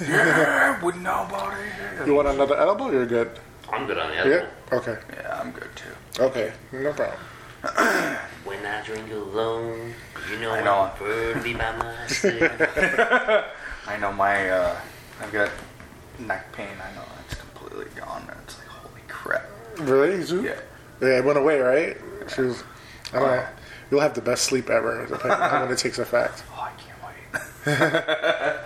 Speaker 5: Yeah, with nobody.
Speaker 2: you want another edible? You're good.
Speaker 4: I'm good on the other
Speaker 2: Yeah.
Speaker 4: one.
Speaker 2: Okay.
Speaker 5: Yeah, I'm good too.
Speaker 2: Okay. No problem.
Speaker 4: When I drink alone, you know,
Speaker 5: I know.
Speaker 4: I'm firmly by myself.
Speaker 5: I know my, uh, I've got neck pain. I know it's completely gone. And it's like, holy crap.
Speaker 2: Really? Zoo?
Speaker 5: Yeah.
Speaker 2: Yeah, it went away, right? She was. I don't know.
Speaker 5: Yeah.
Speaker 2: You'll have the best sleep ever when it takes effect.
Speaker 5: Oh, I can't wait.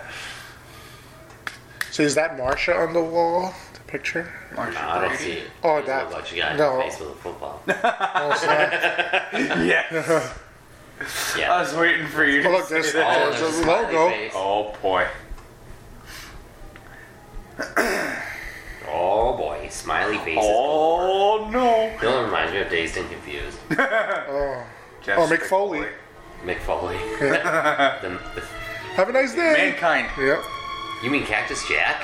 Speaker 2: So is that Marsha on the wall? The picture?
Speaker 5: Marsha
Speaker 4: I don't
Speaker 5: Brady.
Speaker 4: see it.
Speaker 2: Oh,
Speaker 4: Here's
Speaker 2: that-
Speaker 4: What you got
Speaker 2: no.
Speaker 4: in your face with a football.
Speaker 2: Oh, it's not.
Speaker 5: Yeah. I
Speaker 4: Yeah.
Speaker 5: was waiting for you.
Speaker 2: Oh,
Speaker 5: to
Speaker 2: look,
Speaker 5: say
Speaker 2: there's,
Speaker 5: that.
Speaker 2: there's
Speaker 4: there's
Speaker 2: a
Speaker 4: a smiley
Speaker 2: logo.
Speaker 4: face.
Speaker 5: Oh, boy.
Speaker 4: Oh boy, smiley faces.
Speaker 5: Oh, no.
Speaker 4: Dylan reminds me of Dazed and Confused.
Speaker 2: Oh.
Speaker 5: Jeff
Speaker 2: Oh, Mick Foley.
Speaker 5: Spicoli.
Speaker 4: Mick Foley. The- the-
Speaker 2: Have a nice day.
Speaker 5: Mankind.
Speaker 2: Yep.
Speaker 4: you mean Cactus Jack?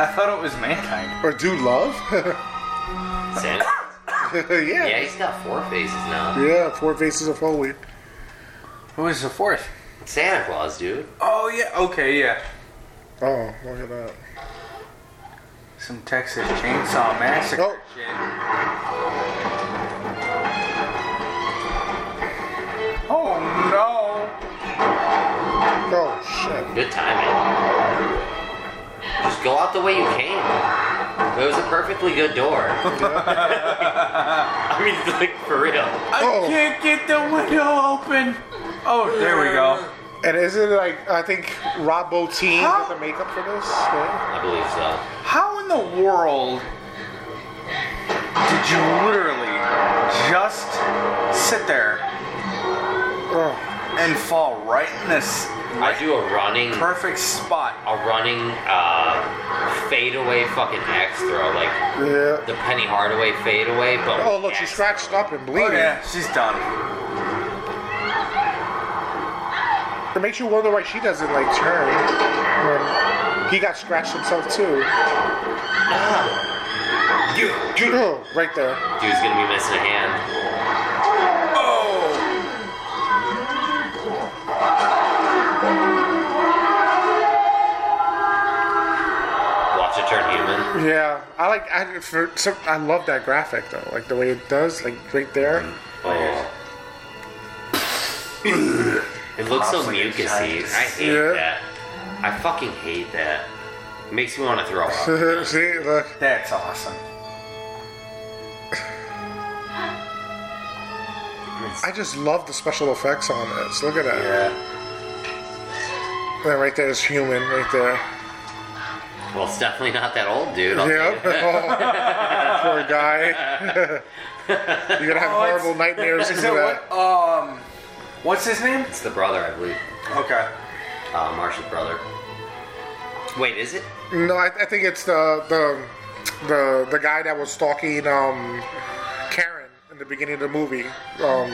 Speaker 5: I thought it was mankind.
Speaker 2: Or do love?
Speaker 4: Sam?
Speaker 2: yeah.
Speaker 4: Yeah, he's got four faces now.
Speaker 2: Yeah, four faces of Foley.
Speaker 5: Who is the fourth?
Speaker 4: Santa Claus, dude.
Speaker 5: Oh, yeah. Okay, yeah.
Speaker 2: Oh, look at that.
Speaker 5: Some Texas Chainsaw Massacre
Speaker 2: Oh.
Speaker 5: shit. Oh no!
Speaker 2: Oh,
Speaker 4: Good timing. Just go out the way you came. It was a perfectly good door. I mean, like, for real.
Speaker 5: I
Speaker 2: Oh.
Speaker 5: can't get the window open! Oh, there we go.
Speaker 2: shit. And is it like, I think Rob Bottin
Speaker 5: Huh?
Speaker 2: did the makeup for this? Yeah.
Speaker 4: I believe so.
Speaker 5: How in the world did you literally just sit there
Speaker 2: Oh,
Speaker 5: and fall right in this
Speaker 4: I do a running, a
Speaker 5: perfect spot?
Speaker 4: running, uh, fadeaway fucking axe throw. Like,
Speaker 2: yeah.
Speaker 4: the Penny Hardaway fadeaway, but.
Speaker 2: Oh, look, she
Speaker 4: axe
Speaker 2: scratched up and bleeding.
Speaker 5: Oh yeah, she's done.
Speaker 2: It makes you wonder why she doesn't like turn. When he got scratched himself too.
Speaker 5: Ah,
Speaker 4: Dude, dude,
Speaker 2: Oh, right there.
Speaker 4: dude's gonna be missing a hand.
Speaker 5: Oh!
Speaker 4: Watch it turn human.
Speaker 2: Yeah, I like. I for some, I love that graphic though. Like the way it does, like right there.
Speaker 4: Oh. it looks so mucusy. I hate
Speaker 2: Yeah.
Speaker 4: that. I fucking hate that. It makes me want to throw up.
Speaker 2: See, look.
Speaker 5: That's awesome.
Speaker 2: I just love the special effects on this. Look at that.
Speaker 5: Yeah.
Speaker 2: And then right there is human. Right there.
Speaker 4: well, it's definitely not that old, dude. I'll tell you
Speaker 2: Yep. Oh, poor guy. You're gonna have
Speaker 5: Oh, it's-
Speaker 2: horrible nightmares
Speaker 5: Is
Speaker 2: because
Speaker 5: it
Speaker 2: of that.
Speaker 5: what? Um, what's his name?
Speaker 4: It's the brother, I believe.
Speaker 5: Okay.
Speaker 4: Uh, Marshall's brother. Wait, is it?
Speaker 2: No, I, I think it's the the the the guy that was stalking um, Karen in the beginning of the movie. Um,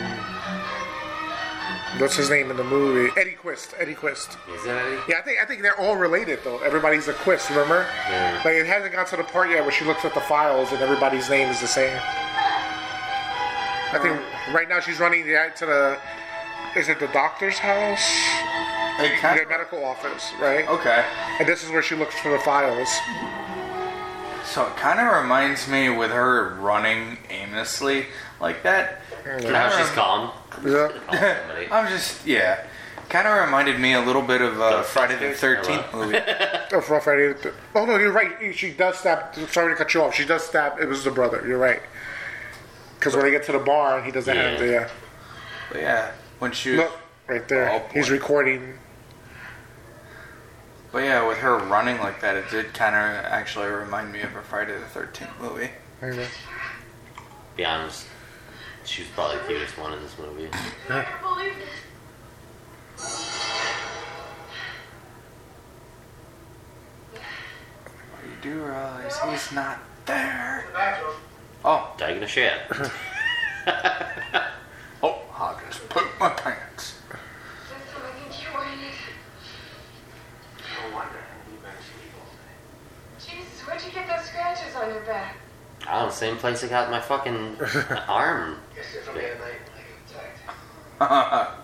Speaker 2: what's his name in the movie? Eddie Quist. Eddie Quist.
Speaker 4: Is it Eddie?
Speaker 2: Yeah, I think I think they're all related though. Everybody's a Quist, remember?
Speaker 4: Yeah.
Speaker 2: Like it hasn't got to the part yet where she looks at the files and everybody's name is the same. I think right now she's running the, to the. Is it the doctor's house?
Speaker 5: Hey,
Speaker 2: The
Speaker 5: can
Speaker 2: medical office, right?
Speaker 5: okay.
Speaker 2: And this is where she looks for the files.
Speaker 5: So it kind of reminds me with her running aimlessly like that.
Speaker 4: Now she's calm.
Speaker 2: Yeah.
Speaker 4: Call somebody.
Speaker 5: I'm just yeah. Kind of reminded me a little bit of uh, Friday the Thirteenth movie.
Speaker 2: Oh, for Friday the- oh, no, you're right. She does stab. Sorry to cut you off. She does stab. It was the brother. You're right. Because when they get to the barn, he doesn't have the. Uh,
Speaker 5: But yeah, when she was,
Speaker 2: look, right there.
Speaker 5: Oh, boy.
Speaker 2: He's recording.
Speaker 5: but yeah, with her running like that, it did kind of actually remind me of a Friday the Thirteenth movie.
Speaker 2: Anyway.
Speaker 4: Be honest. She was probably the cutest one in this movie.
Speaker 8: I can't believe this.
Speaker 5: You do realize he's not there. Oh,
Speaker 4: Taking a shit.
Speaker 5: oh, I just pooped my pants.
Speaker 8: There's something you waited.
Speaker 10: No wonder. You've been asleep all day.
Speaker 8: Jesus, where'd you get those scratches on your back?
Speaker 4: I don't know, same place I got my fucking arm.
Speaker 10: Guess if I'm at night, I get attacked.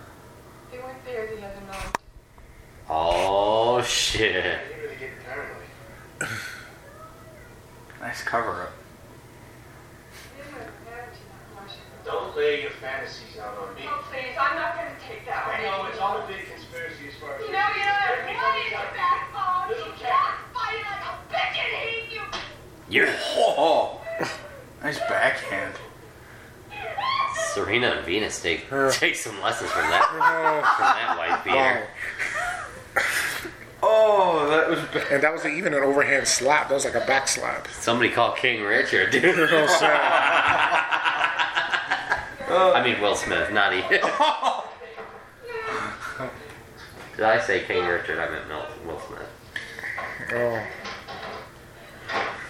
Speaker 8: They weren't there the other night.
Speaker 4: Oh shit.
Speaker 10: I really get paranoid.
Speaker 5: nice cover up.
Speaker 8: They weren't there tonight, Marsha.
Speaker 10: No,
Speaker 8: You know, you know, what is your backbone? You can't fight like a bitch and hate you.
Speaker 4: You're
Speaker 5: Oh, nice backhand.
Speaker 4: Serena and Venus take take some lessons from that from that white beater.
Speaker 5: Oh, that was bad.
Speaker 2: And that was even an overhand slap. That was like a back slap.
Speaker 4: Somebody call King Richard, dude.
Speaker 2: No, sir.
Speaker 4: I mean Will Smith, not even. Did I say King Richard? I meant Mil- Will Smith.
Speaker 2: Oh.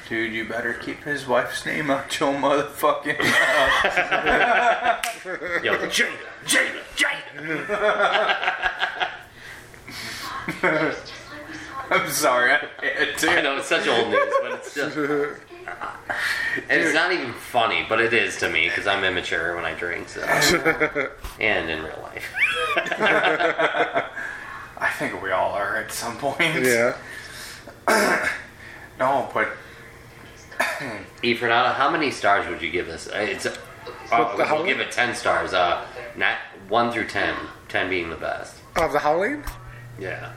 Speaker 5: Dude, you better keep his wife's name out your motherfucking mouth.
Speaker 4: Yo, Jada, Jada, Jada.
Speaker 8: It's just like we saw
Speaker 5: I'm sorry, I had
Speaker 4: I
Speaker 5: to.
Speaker 4: know it's such old news, but it's just. And it's not even funny, but it is to me because I'm immature when I drink, so. and in real life.
Speaker 5: I think we all are at some point.
Speaker 2: Yeah.
Speaker 5: No, but
Speaker 4: Efrenata, how many stars would you give this? Uh, It's. Uh,
Speaker 2: the
Speaker 4: we'll
Speaker 2: hell?
Speaker 4: give it 10 stars. Uh, not 1 through 10. 10 being the best.
Speaker 2: Of the Howling?
Speaker 4: Yeah.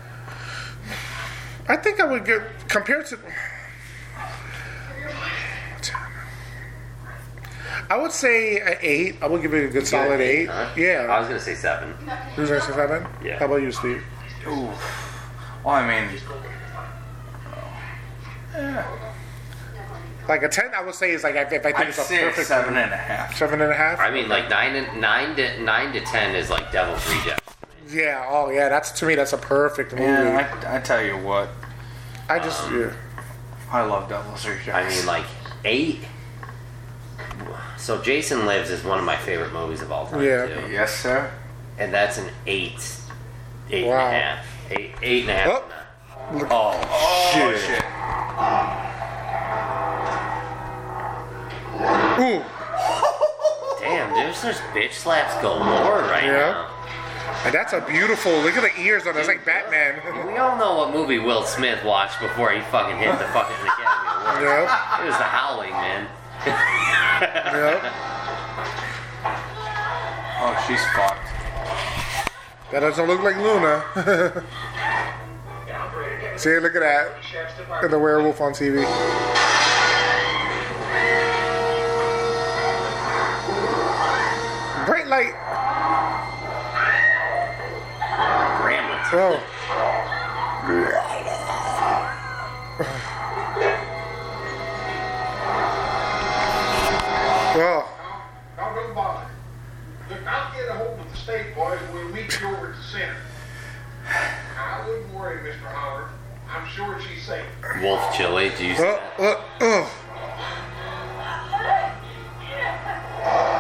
Speaker 2: I think I would get compared to. I would say an eight. I would give it a good solid eight.
Speaker 4: Huh? I
Speaker 2: Yeah.
Speaker 4: was going to say 7.
Speaker 2: Who's next to seven?
Speaker 4: Yeah.
Speaker 2: How about you, Steve?
Speaker 5: Ooh. Well, I mean,
Speaker 2: Like a ten, I would say is like if, if I think
Speaker 5: I'd
Speaker 2: it's a
Speaker 5: say
Speaker 2: perfect
Speaker 5: seven and a half.
Speaker 2: seven and a half.
Speaker 4: I mean, like 9 and, nine to, 9 to 10 is like Devil's Reject.
Speaker 2: yeah. Oh yeah. That's to me. That's a perfect movie.
Speaker 5: Yeah, uh, I, I tell you what,
Speaker 2: I just yeah.
Speaker 5: I love Devil's Rejects.
Speaker 4: I mean, like eight. So Jason Lives is one of my favorite movies of all time.
Speaker 2: Yeah.
Speaker 4: too.
Speaker 5: yes, sir.
Speaker 4: And that's an eight, eight and a
Speaker 2: Wow.
Speaker 4: half, eight, eight and a half.
Speaker 2: Oh.
Speaker 5: Oh shit!
Speaker 2: Ooh.
Speaker 4: Damn, there's there's bitch slaps galore right
Speaker 2: Oh. Yeah. And that's a beautiful. Look at the ears on. That's like
Speaker 4: now.
Speaker 2: Batman.
Speaker 4: We all know what movie Will Smith watched before he fucking hit the fucking Academy Award.
Speaker 2: yeah.
Speaker 4: It was The Howling, man.
Speaker 2: Yeah.
Speaker 5: Oh, she's fucked.
Speaker 2: That doesn't look like Luna. See, look at that. Look at the werewolf on TV. Bright light.
Speaker 4: Gremlins.
Speaker 2: Oh. Oh.
Speaker 7: Don't go bother. Look, I'll get a hold of the state boys and we'll meet you over at the center. Now, I wouldn't worry, Mr. Howard. I'm sure she's safe.
Speaker 4: Wolf Chili. Do you see
Speaker 2: Oh.
Speaker 4: that?
Speaker 2: Oh.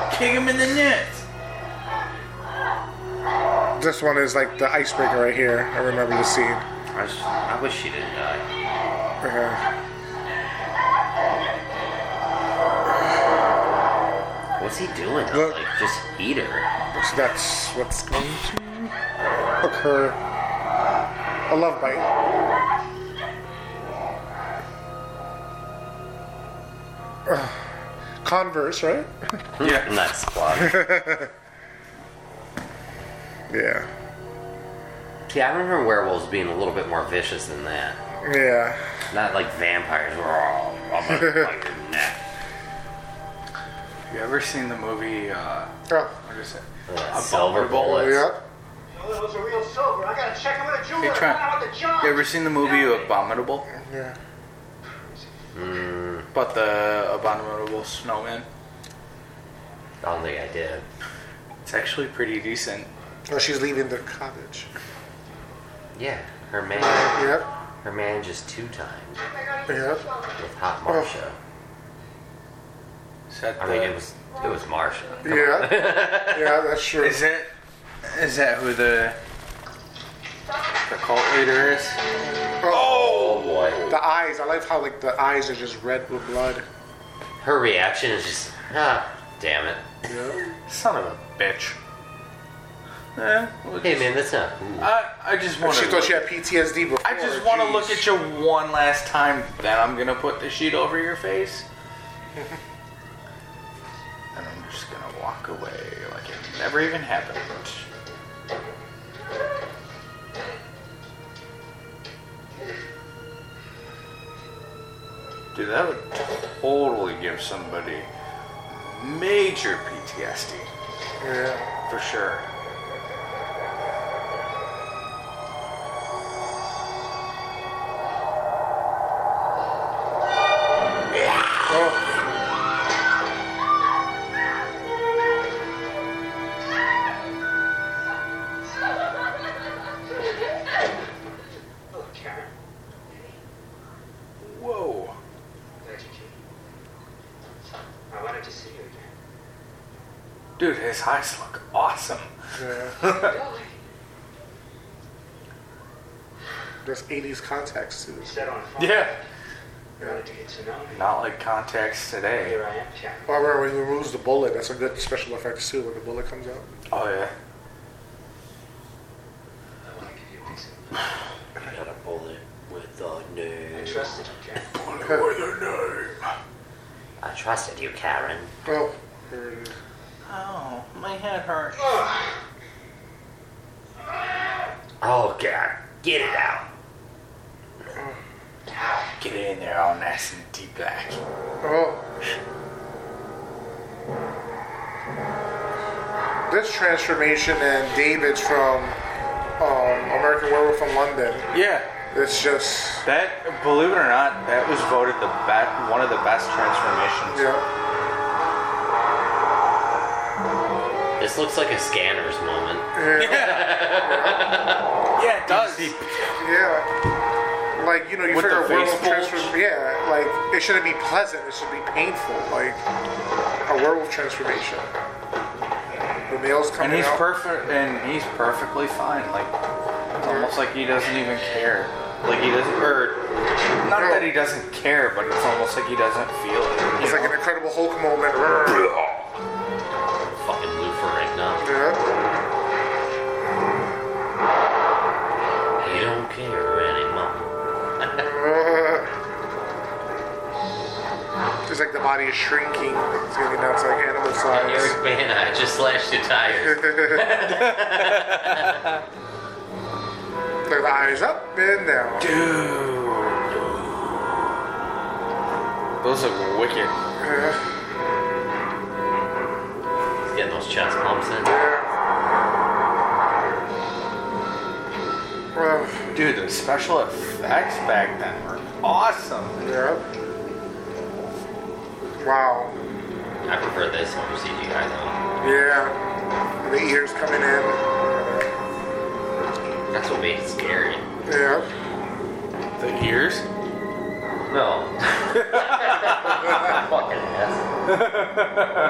Speaker 2: Oh.
Speaker 5: Kick him in the net.
Speaker 2: This one is like the icebreaker right here. I remember the scene.
Speaker 4: I, was- I wish she didn't die.
Speaker 2: Uh,
Speaker 4: What's he doing?
Speaker 2: Look.
Speaker 4: Like, just eat her.
Speaker 2: so that's what's going to occur. A love bite. Ugh. Converse, right?
Speaker 5: Yeah.
Speaker 4: Nuts plug.
Speaker 2: Yeah.
Speaker 4: Yeah, I remember werewolves being a little bit more vicious than that.
Speaker 2: Yeah.
Speaker 4: Not like vampires were all on my fucking neck.
Speaker 5: Have you ever seen the movie? Uh,
Speaker 2: Oh.
Speaker 5: what is it?
Speaker 4: Uh, silver
Speaker 2: Oh,
Speaker 4: bullets.
Speaker 2: yep.
Speaker 7: No, that was a real silver. I gotta check him with a jeweler.
Speaker 5: Hey, Trent.
Speaker 7: Find out what the job
Speaker 5: You ever seen the movie uh, Abominable?
Speaker 2: Yeah.
Speaker 4: Mm.
Speaker 5: But the Abominable Snowman.
Speaker 4: I don't think I did.
Speaker 5: It's actually pretty decent.
Speaker 2: Oh, she's leaving the cottage.
Speaker 4: Yeah, her man,
Speaker 2: Yep.
Speaker 4: her man just two times
Speaker 2: Yep.
Speaker 4: with hot
Speaker 2: Oh.
Speaker 4: Marsha.
Speaker 5: Is that
Speaker 4: I mean,
Speaker 5: the-
Speaker 4: it was it was Marsha.
Speaker 2: Yeah. Yeah, that's true.
Speaker 5: Is it? Is that who the the cult leader is?
Speaker 4: Oh boy,
Speaker 2: The eyes. I like how like the eyes are just red with blood.
Speaker 4: her reaction is just ah, damn it.
Speaker 2: Yeah.
Speaker 5: Son of a bitch. Eh, we'll
Speaker 4: Hey
Speaker 5: just-
Speaker 4: man, that's not. Ooh.
Speaker 5: I, I just want
Speaker 2: She thought she
Speaker 5: to.
Speaker 2: had PTSD before.
Speaker 5: I just want to
Speaker 2: Jeez.
Speaker 5: look at you one last time. Then I'm gonna put the sheet over your face. and I'm just gonna walk away like it never even happened. Dude, that would totally give somebody major PTSD.
Speaker 2: Yeah.
Speaker 5: For sure.
Speaker 7: Look, Karen.
Speaker 5: Whoa.
Speaker 7: Glad you came. I wanted to see you again.
Speaker 5: Dude, his eyes look awesome.
Speaker 2: Yeah.
Speaker 7: Really?
Speaker 2: There's 80s context to
Speaker 7: We
Speaker 2: this.
Speaker 7: set on fire.
Speaker 5: Yeah.
Speaker 7: I wanted to get to know you.
Speaker 5: Not like contacts today.
Speaker 7: Here I am, Karen.
Speaker 2: Or where he removes the bullet. That's a good special effect too when the bullet comes out.
Speaker 5: Oh yeah.
Speaker 7: I want to give you a piece of mind.
Speaker 12: I got a bullet with a
Speaker 7: I
Speaker 12: name.
Speaker 7: trusted you, Karen.
Speaker 12: I trusted you, Karen.
Speaker 2: Oh, here it is.
Speaker 5: Oh, my head hurts.
Speaker 12: Oh, God. Get it out.
Speaker 5: Get in there all nice and deep back.
Speaker 2: Oh. This transformation in David's from um, American Werewolf in London.
Speaker 5: Yeah.
Speaker 2: It's just
Speaker 5: That believe it or not, that was voted the best, one of the best transformations.
Speaker 2: yeah.
Speaker 12: This looks like a scanner's moment.
Speaker 5: Yeah, it does.
Speaker 2: Yeah. Like, you know, you
Speaker 5: With
Speaker 2: figure a
Speaker 5: the
Speaker 2: werewolf
Speaker 5: face bulge?
Speaker 2: transformation. Yeah, like, it shouldn't be pleasant. It should be painful. Like, a werewolf transformation. The nails
Speaker 5: And
Speaker 2: coming
Speaker 5: he's
Speaker 2: out.
Speaker 5: perfect. And he's perfectly fine. Like it's almost like he doesn't even care. Like he doesn't. Or not that he doesn't care, but it's almost like he doesn't feel it.
Speaker 2: It's
Speaker 5: you
Speaker 2: like
Speaker 5: know?
Speaker 2: an Incredible Hulk moment. Yeah.
Speaker 12: Fucking loofah right now. You don't care anymore.
Speaker 2: Uh, it's like the body is shrinking. It's getting down to like animal
Speaker 12: And
Speaker 2: size.
Speaker 12: Eric Bana, I just slashed your tires.
Speaker 2: Like the eyes up and down.
Speaker 5: Those look wicked.
Speaker 2: Yeah.
Speaker 12: He's getting those chest pumps in.
Speaker 2: Well,
Speaker 5: Dude, the special effects back then were awesome.
Speaker 2: yeah. Wow.
Speaker 12: I prefer this over CGI, though.
Speaker 2: Yeah. The ears coming in.
Speaker 12: That's what made it scary.
Speaker 2: Yeah.
Speaker 5: The ears?
Speaker 12: No. Fucking ass.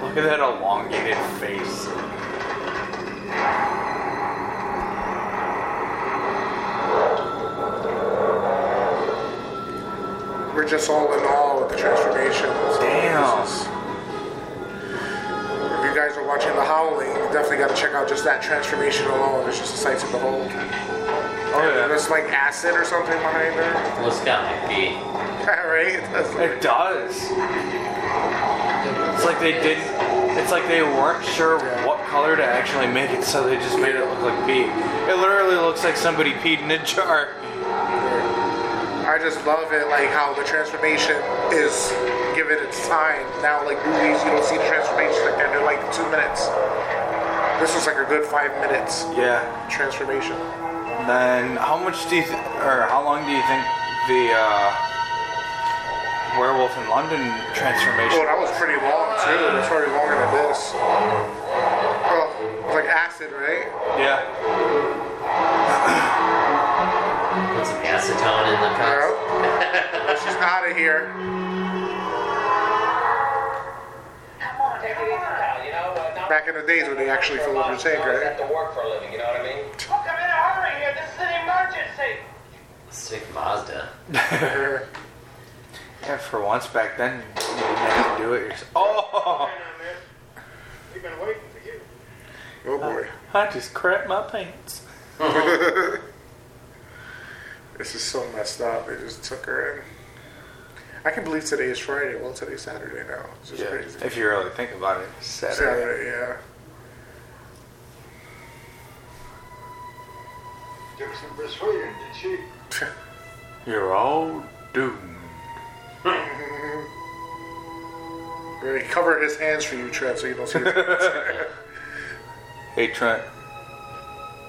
Speaker 5: Look at that elongated face.
Speaker 2: We're just all in awe with the transformation. So
Speaker 5: Damn.
Speaker 2: this is- if you guys are watching The Howling, you definitely got to check out just that transformation alone. It's just a sight to behold.
Speaker 5: Oh
Speaker 2: And it's like acid or something behind her.
Speaker 12: Looks kind of be.
Speaker 2: right? That's like,
Speaker 5: It does. It's like they did. It's like they weren't sure what color to actually make it, so they just made it look like pee. It literally looks like somebody peed in a jar.
Speaker 2: I just love it, like how the transformation is given its time. Now, like movies, you don't see the transformation like that. They're like two minutes. This was like a good five minutes
Speaker 5: Yeah.
Speaker 2: transformation.
Speaker 5: And then how much do you, th- or how long do you think the uh, werewolf in London
Speaker 2: Oh,
Speaker 5: transformation?
Speaker 2: that was pretty long too. That's already longer than this. Oh, it's like acid, right?
Speaker 5: Yeah.
Speaker 12: Put some acetone in the cups.
Speaker 2: Yeah. She's out of here.
Speaker 7: Come on, take it easy now, you know? Uh, now-
Speaker 2: Back in the days when they actually filled up the tank,
Speaker 7: You always
Speaker 2: right?
Speaker 7: have to work for a living, you know what I mean?
Speaker 10: Look, I'm in a hurry here. This is an emergency.
Speaker 12: Sick Mazda.
Speaker 5: Yeah. For once back then, you didn't have to do it yourself. Oh,
Speaker 10: Hang on, man. We've been waiting for you.
Speaker 2: Oh boy,
Speaker 5: I just crap my pants.
Speaker 2: this is so messed up. They just took her in. I can believe today is Friday. Well, today's Saturday now. It's just crazy.
Speaker 5: If you really think about it, Saturday.
Speaker 2: Saturday, yeah.
Speaker 6: and persuaded, did she?
Speaker 5: You're all doomed.
Speaker 2: Really cover his hands for you, Trev, so you don't see his
Speaker 5: Hey, Trent.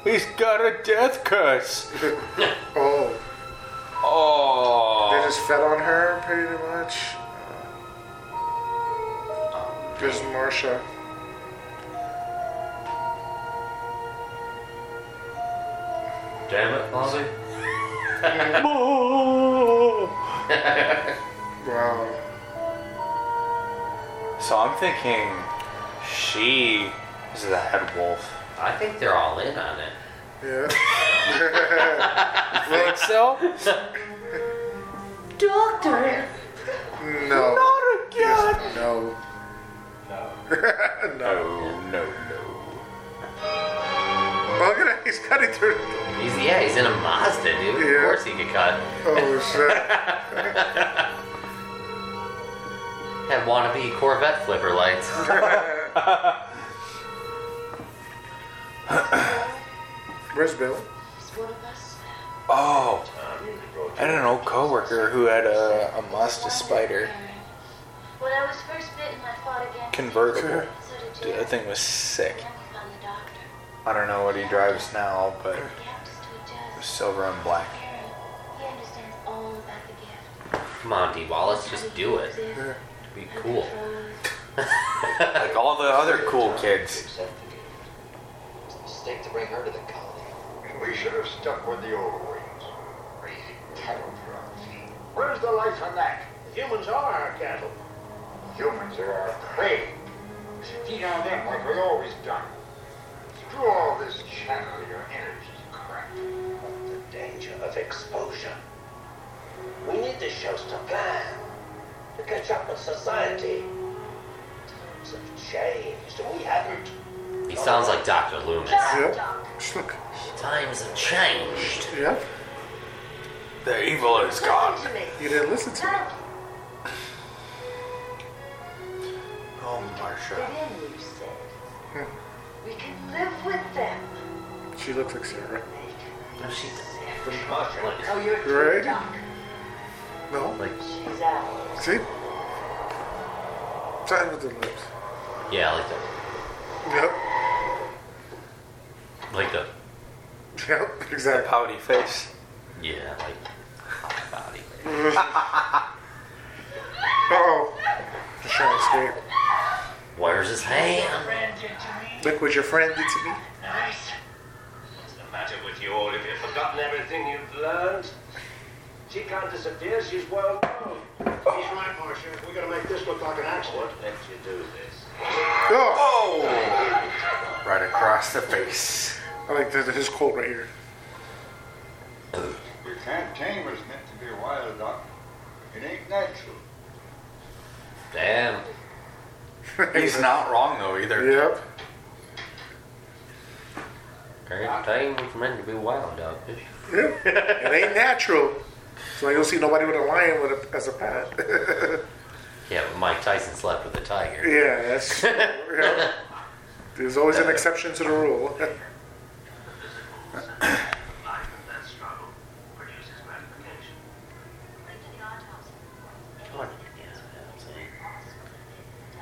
Speaker 5: He's got a death curse.
Speaker 2: Oh, they
Speaker 5: Oh.
Speaker 2: just fed on her pretty much. There's Marsha.
Speaker 4: Damn it, Fonzie.
Speaker 2: Wow.
Speaker 5: So I'm thinking she is the head wolf.
Speaker 4: I think they're all in on it.
Speaker 2: Yeah.
Speaker 5: Think so?
Speaker 2: No. Not again. No.
Speaker 5: No, no, no.
Speaker 2: Well, Oh, look at that. He's cutting through.
Speaker 4: He's yeah, he's in a Mazda, dude.
Speaker 2: Yeah.
Speaker 4: Of course he could cut.
Speaker 2: Oh shit.
Speaker 4: That wannabe Corvette flipper lights.
Speaker 2: Where's Bill?
Speaker 5: Oh. I had an old coworker who had a, a Mazda Spider
Speaker 11: When I was first bitten, I fought against
Speaker 5: convertible.
Speaker 11: it. So did
Speaker 5: Dude,
Speaker 11: Jerry.
Speaker 5: that thing was sick.
Speaker 11: Then we found the doctor.
Speaker 5: I don't know what he drives now, but
Speaker 11: The gift is to adjust.
Speaker 5: silver and black.
Speaker 11: Jerry, he understands all about the gift.
Speaker 4: Come on, D Wallace, just do it. Be cool.
Speaker 5: Like all the other cool kids.
Speaker 7: Mistake to bring her to the colony.
Speaker 6: We should have stuck with the old ways. Raising cattle for our feed. Where's the life in that?
Speaker 7: Humans are our cattle.
Speaker 6: Humans are our prey. We should feed on them like we always done. Screw all this channel your energy crap.
Speaker 7: The danger of exposure. We need the shows to plan, to catch up with society. Times have changed, and we haven't.
Speaker 4: He sounds like Dr. Loomis.
Speaker 2: Yep. Look.
Speaker 4: Times have changed.
Speaker 2: Yep.
Speaker 5: The evil is gone.
Speaker 2: You didn't listen to me.
Speaker 5: Oh, Marsha.
Speaker 11: in, you said.
Speaker 4: Hmm.
Speaker 11: We can live with them.
Speaker 2: She looks like Sarah.
Speaker 4: No, she doesn't.
Speaker 11: Oh,
Speaker 7: Marshall,
Speaker 2: Right? No.
Speaker 4: Like,
Speaker 11: She's ours.
Speaker 2: See? Time with the lips.
Speaker 4: yeah, like the,
Speaker 2: Yep.
Speaker 4: like the,
Speaker 2: Yep.
Speaker 5: The
Speaker 2: Exactly.
Speaker 5: pouty face.
Speaker 4: yeah, like hot body.
Speaker 2: Oh. Just trying to escape.
Speaker 4: Where's his hand?
Speaker 7: friend did to me.
Speaker 2: Look what your friend did to me.
Speaker 7: Nice. What's the matter with you all? Have you forgotten everything you've learned? She can't disappear. She's well known.
Speaker 6: He's right, Marcia. We're gonna make this look like an accident.
Speaker 7: Let you do this.
Speaker 2: Oh.
Speaker 5: Oh! Right across the face.
Speaker 2: I like this, his quote right here.
Speaker 6: You can't tame what's meant to be wild, Doc. It ain't natural.
Speaker 4: Damn.
Speaker 5: He's not wrong though either.
Speaker 2: Yep.
Speaker 4: Current time was meant to be wild, dog.
Speaker 2: Yep. it ain't natural. So you don't see nobody with a lion with a, as a pet.
Speaker 4: Yeah, but Mike Tyson slept with a tiger.
Speaker 2: yeah, that's. yeah. There's always an exception to the rule.
Speaker 7: Life of that struggle produces ramifications.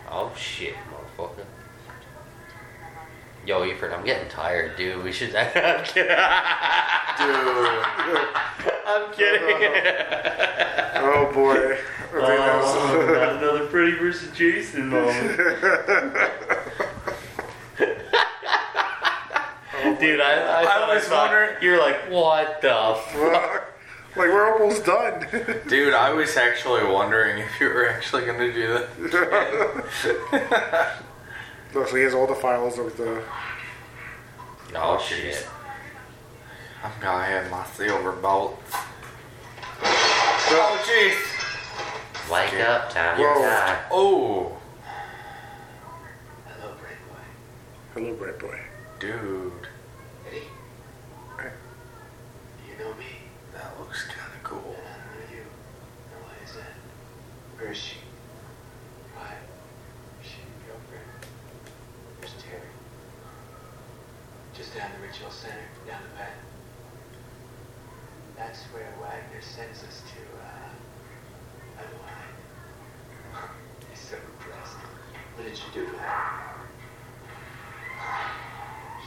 Speaker 4: Oh shit, motherfucker. Yo, Efren, I'm getting tired, dude. We should. I'm kidding. I'm kidding.
Speaker 2: oh boy. I think that was-
Speaker 13: not another Freddy versus Jason moment. Dude, I, I, thought
Speaker 5: was
Speaker 13: thought-
Speaker 5: wondering-
Speaker 13: You're like, what the
Speaker 5: Uh.
Speaker 13: f-?
Speaker 2: like we're almost done.
Speaker 5: Dude, I was actually wondering if you were actually gonna do that.
Speaker 2: Look, so he has all the files of the.
Speaker 4: Oh
Speaker 5: jeez.
Speaker 4: shit.
Speaker 5: I'm gonna have my silver bolt. Oh jeez.
Speaker 4: Wake up, time to
Speaker 2: Whoa.
Speaker 4: die.
Speaker 5: Oh,
Speaker 7: Hello, brave boy.
Speaker 2: Hello, bright boy.
Speaker 5: dude,
Speaker 7: Eddie?
Speaker 2: Hey.
Speaker 7: You know me.
Speaker 5: that looks kind of cool.
Speaker 7: And I know you. Now, why is that? Where is she? Why? She didn't go for it. Where's Terry? Just down the ritual center, down the path. That's where Wagner sends us to uh, unwind. He's so depressed. What did you do to her?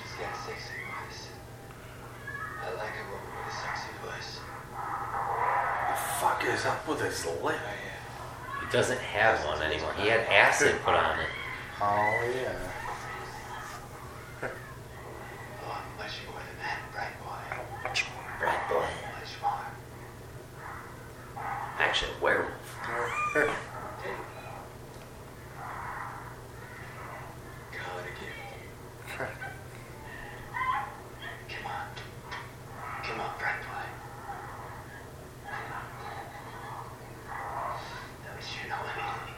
Speaker 7: She's got a sexy voice. I like a woman with a sexy voice.
Speaker 5: The fuck is up with his lip?
Speaker 4: He doesn't have one anymore. He had acid put on it.
Speaker 5: Oh yeah.
Speaker 7: Oh, much more than that, bright boy.
Speaker 4: Right boy.
Speaker 7: Much more.
Speaker 4: Actually, a werewolf.
Speaker 7: Call it again. Come on. Come on, bright boy. Don't you know anything?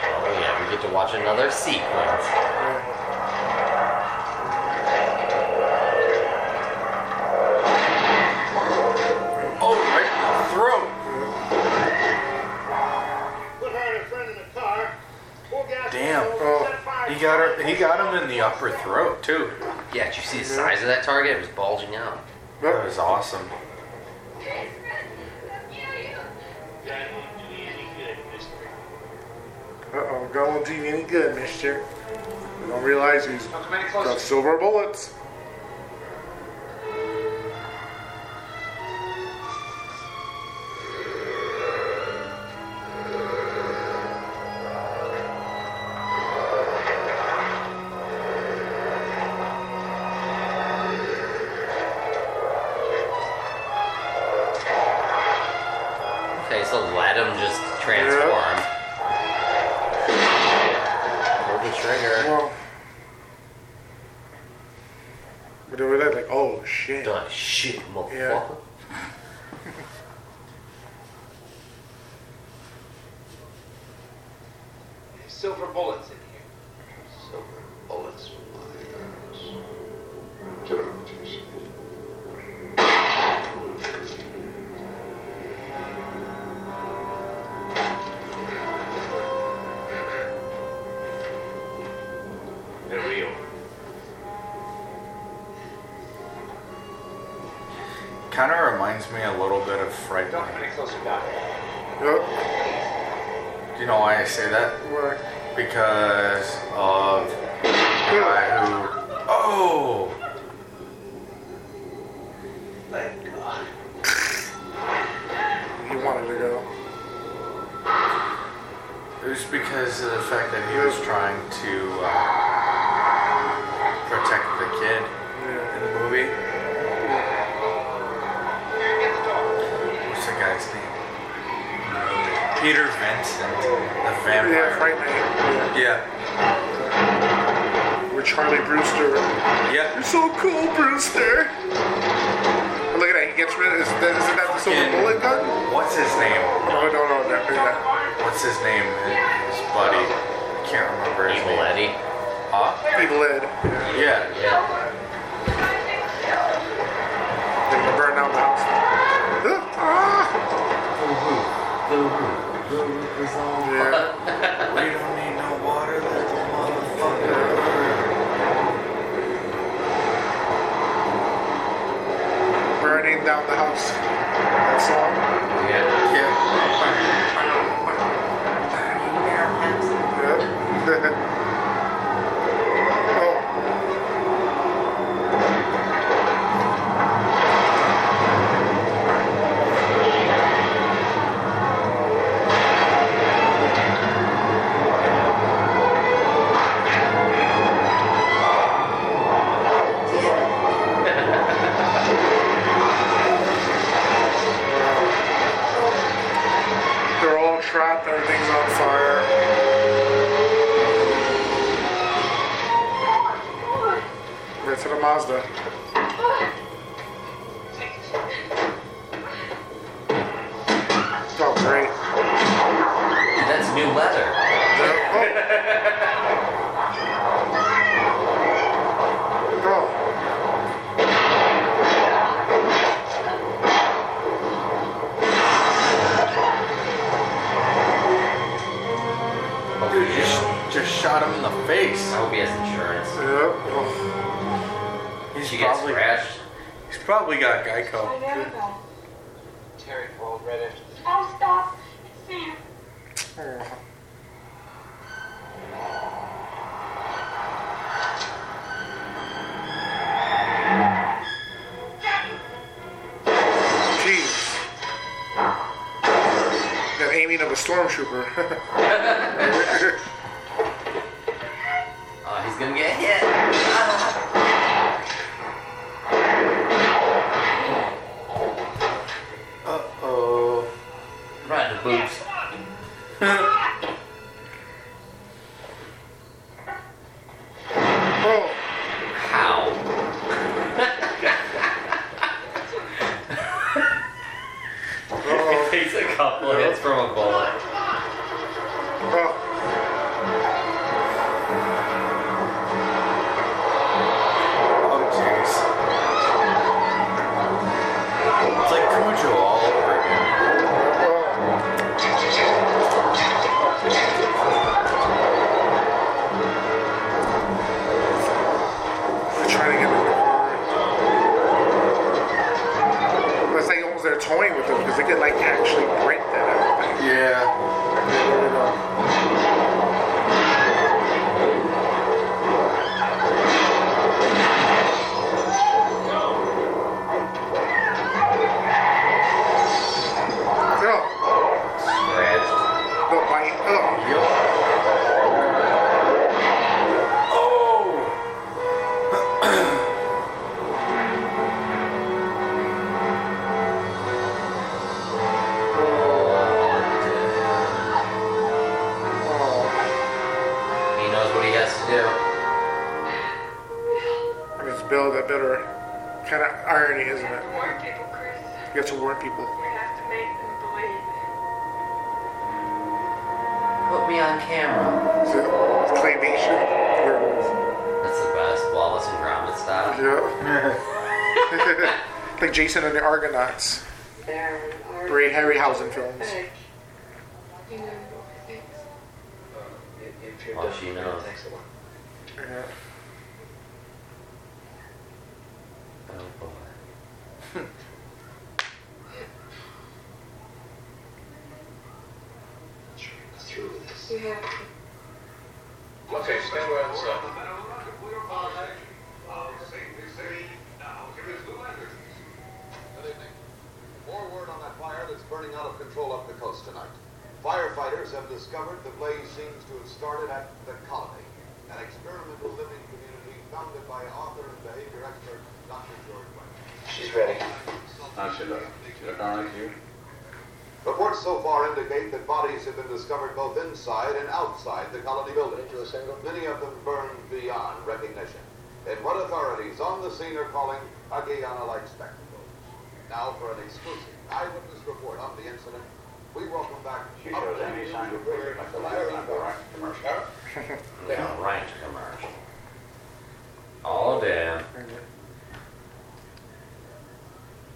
Speaker 4: Oh yeah, we get to watch another sequence.
Speaker 5: Oh, right in the throat.
Speaker 11: Put her and her friend in the car. Poor gas
Speaker 5: Damn.
Speaker 11: was over,
Speaker 2: Oh,
Speaker 11: set fire
Speaker 5: He
Speaker 11: to
Speaker 5: got
Speaker 11: it.
Speaker 5: her. He got him in the upper throat too.
Speaker 4: Yeah, did you see the size of that target? It was bulging out.
Speaker 5: That was awesome.
Speaker 11: That won't do you any good, mister.
Speaker 2: Uh-oh, gun won't do you any good, mister. You don't realize he's
Speaker 14: Not too many
Speaker 2: got
Speaker 4: Oh,
Speaker 14: close.
Speaker 2: silver bullets.
Speaker 4: Okay, so let him just transform. Pull the trigger.
Speaker 2: Well, but over there, like, oh shit.
Speaker 4: Done shit, motherfucker.
Speaker 11: There's silver bullets in here.
Speaker 7: Silver bullets from my arms. Give it up, Jason.
Speaker 11: They're real.
Speaker 5: Kind of reminds me a little bit of Fright
Speaker 11: Don't come
Speaker 5: Night.
Speaker 11: any closer, Doc.
Speaker 2: Yep.
Speaker 5: You know why I say that?
Speaker 2: Right.
Speaker 5: Because of the guy who. Oh,
Speaker 7: Thank God.
Speaker 2: He wanted to go.
Speaker 5: it was because of the fact that he was trying to uh, protect the kid in the movie.
Speaker 11: Here, get the dog.
Speaker 5: What's the guy's name? Peter Vincent, the vampire.
Speaker 2: Yeah, Fright Night.
Speaker 5: Yeah,
Speaker 2: Yeah. With Charlie Brewster.
Speaker 5: yeah.
Speaker 2: You're so cool, Brewster. But look at that. He gets rid of. Is that, isn't that the silver
Speaker 5: Yeah.
Speaker 2: bullet gun?
Speaker 5: What's his name?
Speaker 2: No, no, no. That, that.
Speaker 5: What's his name? His buddy. Can't remember his
Speaker 4: Evil
Speaker 5: name.
Speaker 4: Eddie.
Speaker 5: Huh?
Speaker 2: Evil Ed. Yeah.
Speaker 5: Yeah.
Speaker 2: They're gonna burn down the house. Ah, ah. Yeah.
Speaker 5: We don't need no water. Let the motherfucker.
Speaker 2: Burning down the house. That song.
Speaker 4: Yeah.
Speaker 5: Yeah.
Speaker 2: Yeah. oh. They're all trapped, everything's on fire. Get to the Mazda. Oh, great.
Speaker 4: That's new leather.
Speaker 2: Oh. oh.
Speaker 5: Dude, you just, just shot him in the face.
Speaker 2: Oh.
Speaker 4: I hope he has insurance.
Speaker 2: Yep. Oh.
Speaker 5: He's
Speaker 4: she gets scratched.
Speaker 5: He's probably got
Speaker 8: I
Speaker 5: Geico.
Speaker 8: never got
Speaker 7: Terry called right after
Speaker 8: it. Oh, stop. It's Sam.
Speaker 2: Jeez. The aiming of a stormtrooper.
Speaker 4: Oh, he's gonna get hit. Ah.
Speaker 5: Uh-oh.
Speaker 4: Right in the boobs.
Speaker 2: oh,
Speaker 4: How? it takes a couple of hits from a bullet.
Speaker 2: oh.
Speaker 5: Oh, jeez. It's like Cujo all over again.
Speaker 2: They're trying to get rid of it. It's like almost they're toying with them because they could like actually break that. I think.
Speaker 5: Yeah.
Speaker 2: Oh,
Speaker 4: Scratched.
Speaker 2: the bite. Oh.
Speaker 5: Oh!
Speaker 4: He knows what he has to do.
Speaker 2: And it's Bill that bitter. Kind of irony, isn't it?
Speaker 8: More people, Chris.
Speaker 2: You have to warn people.
Speaker 8: We have to make them believe.
Speaker 4: Put me on camera.
Speaker 2: Is it claymation? Or-
Speaker 4: That's the best. Wallace and Gromit style.
Speaker 2: Yeah. like Jason and the Argonauts.
Speaker 8: There are
Speaker 2: Ray Harryhausen films.
Speaker 8: You know, things.
Speaker 7: If if you're
Speaker 4: Oh,
Speaker 7: done,
Speaker 4: she
Speaker 7: it
Speaker 4: knows.
Speaker 7: takes a while.
Speaker 2: Yeah.
Speaker 4: Oh boy.
Speaker 7: Sure, go through with this.
Speaker 8: You have to.
Speaker 15: Okay, stand where it's up.
Speaker 6: Good evening. More word on that fire that's burning out of control up the coast tonight. Firefighters have discovered the blaze seems to have started at the Colony, an experimental living community founded by author and behavior expert Dr. George West.
Speaker 7: She's ready.
Speaker 6: Now, should
Speaker 7: uh,
Speaker 6: I? Reports so far indicate that bodies have been discovered both inside and outside the colony building. Many of them burned beyond recognition. And what authorities on the scene are calling a Guyana-like spectacle. Now for an exclusive eyewitness report on the incident, we welcome back.
Speaker 7: She shows any sign of fear like the last time we watched the commercial.
Speaker 4: Yeah, right commercial. All damn.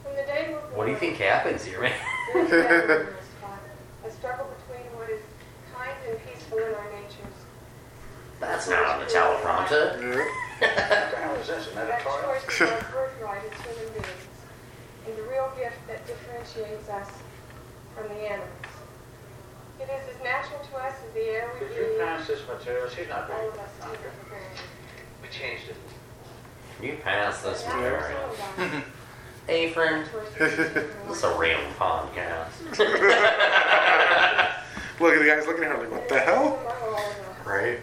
Speaker 8: When the day will
Speaker 4: What do you think happens here, man?
Speaker 8: There's never a response. A struggle between what is kind and peaceful in our natures.
Speaker 4: That's not on the teleprompter.
Speaker 7: What the hell is this, an
Speaker 8: That
Speaker 7: editorial?
Speaker 8: choice is our birthright as human beings, and the real gift that differentiates us from the animals. It is as natural to us as the air we
Speaker 7: Did you
Speaker 8: breathe.
Speaker 7: pass this material? She's not
Speaker 8: All
Speaker 7: ready.
Speaker 8: of us take it for granted.
Speaker 7: We changed it.
Speaker 4: You pass this
Speaker 8: Not
Speaker 4: one.
Speaker 8: all of us.
Speaker 4: Apron.
Speaker 8: Choice is
Speaker 4: This is
Speaker 8: different.
Speaker 4: a real podcast.
Speaker 2: Look at the guys looking at her like, what the hell?
Speaker 8: Among all of us.
Speaker 5: Right?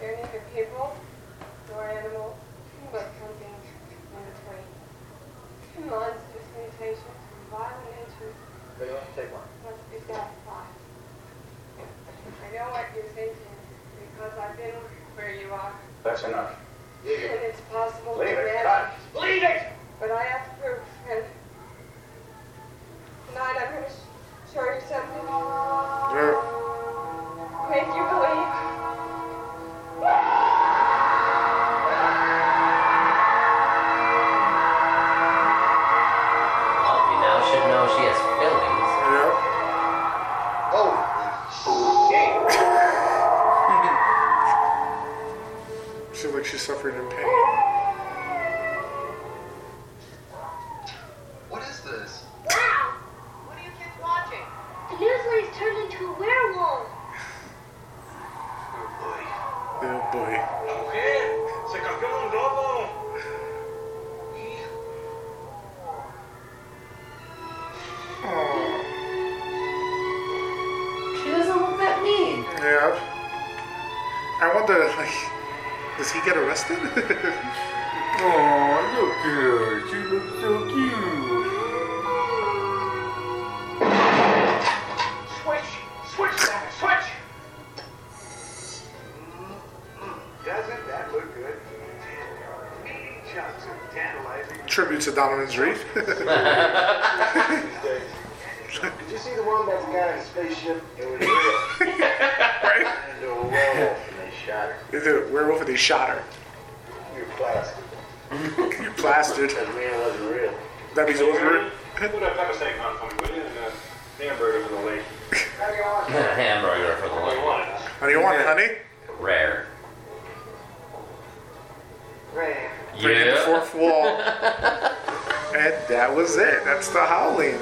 Speaker 8: They're neither people nor animals, but something in between. Monstrous mutations from violent nature
Speaker 7: They want to take one.
Speaker 8: must be satisfied. I know what you're thinking, because I've been where you are,
Speaker 7: That's enough.
Speaker 8: and it's possible to
Speaker 7: Leave it,
Speaker 8: imagine.
Speaker 7: God. Leave it!
Speaker 8: But I have proof, and tonight I'm going to show you something,
Speaker 2: Yeah.
Speaker 8: make you believe.
Speaker 4: Well, Oh, you now should know she has feelings.
Speaker 2: Yeah.
Speaker 6: Oh,
Speaker 2: Seems like she's suffering in pain.
Speaker 11: into a werewolf.
Speaker 2: Oh boy.
Speaker 6: C'est quelqu'un d'homme.
Speaker 11: She doesn't look that mean.
Speaker 2: Yeah. I wonder, like, does he get arrested?
Speaker 5: Oh, look at her. She looks so cute.
Speaker 6: Switch! Switch that! Switch! Doesn't that look good? Meaty chunks of tantalizing.
Speaker 2: Tribute to Donovan's Reef.
Speaker 7: Did you see the one that's got a spaceship? It was real. right? And a werewolf, and they shot her.
Speaker 2: they did a werewolf and they shot her.
Speaker 7: You're plastic.
Speaker 2: You plastered.
Speaker 7: That man wasn't real.
Speaker 2: That means it was real.
Speaker 16: Put a pepper steak on for me, would you?
Speaker 6: uh,
Speaker 16: And a hamburger for the lake.
Speaker 4: hamburger for the
Speaker 16: What do you
Speaker 4: look.
Speaker 16: want?
Speaker 2: How do you want it, honey?
Speaker 4: Rare.
Speaker 7: Right.
Speaker 2: Breaking the
Speaker 4: Yeah.
Speaker 2: fourth wall. and that was it. That's the howling.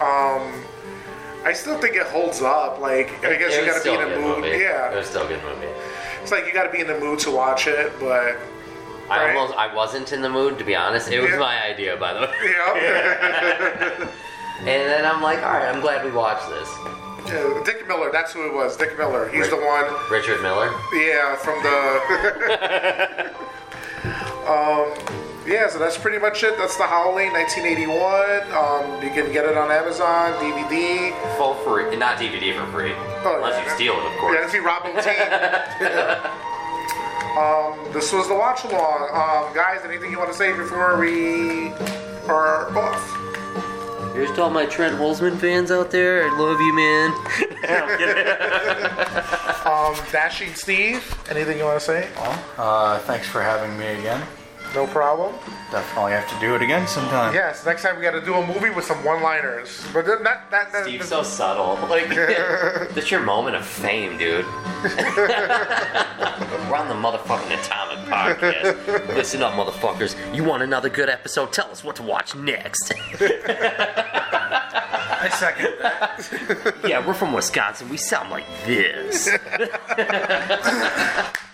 Speaker 2: Um, I still think it holds up. Like I guess
Speaker 4: It
Speaker 2: you gotta
Speaker 4: was
Speaker 2: be
Speaker 4: still
Speaker 2: in
Speaker 4: a
Speaker 2: the
Speaker 4: good
Speaker 2: mood.
Speaker 4: movie. It
Speaker 2: Yeah,
Speaker 4: was still a good movie.
Speaker 2: it's like you gotta be in the mood to watch it. But
Speaker 4: I
Speaker 2: Right.
Speaker 4: almost I wasn't in the mood to be honest. It was
Speaker 2: Yeah.
Speaker 4: my idea by the way.
Speaker 2: yeah,
Speaker 4: And then I'm like, all right, I'm glad we watched this.
Speaker 2: yeah. Dick Miller. That's who it was. Dick Miller. He's the
Speaker 4: Right.
Speaker 2: one.
Speaker 4: Richard Miller.
Speaker 2: Yeah, from the. um, yeah, so that's pretty much it. That's the Howling, 1981. Um, you can get it on Amazon, DVD.
Speaker 4: Full free, not DVD for free,
Speaker 2: Oh,
Speaker 4: unless
Speaker 2: yeah.
Speaker 4: you steal it, of
Speaker 2: Yeah,
Speaker 4: course.
Speaker 2: if you rob a um, this was the watch along. Um, guys, anything you want to say before we are off?
Speaker 17: Here's to all my Trent Holzman fans out there. I love you, man.
Speaker 2: Um, Dashing Steve, anything you want to say?
Speaker 5: Uh, thanks for having me again.
Speaker 2: No problem.
Speaker 5: Definitely have to do it again sometime.
Speaker 2: Yes, next time we got to do a movie with some one-liners. But then that, that, that,
Speaker 4: Steve's so subtle. Like, this your moment of fame, dude. We're on the motherfucking Atomic Podcast. Listen up, motherfuckers. You want another good episode? Tell us what to watch next.
Speaker 5: I second that.
Speaker 4: yeah, we're from Wisconsin. We sound like this.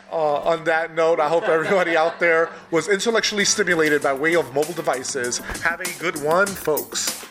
Speaker 2: Uh, on that note, I hope everybody out there was intellectually stimulated by way of mobile devices. Have a good one, folks.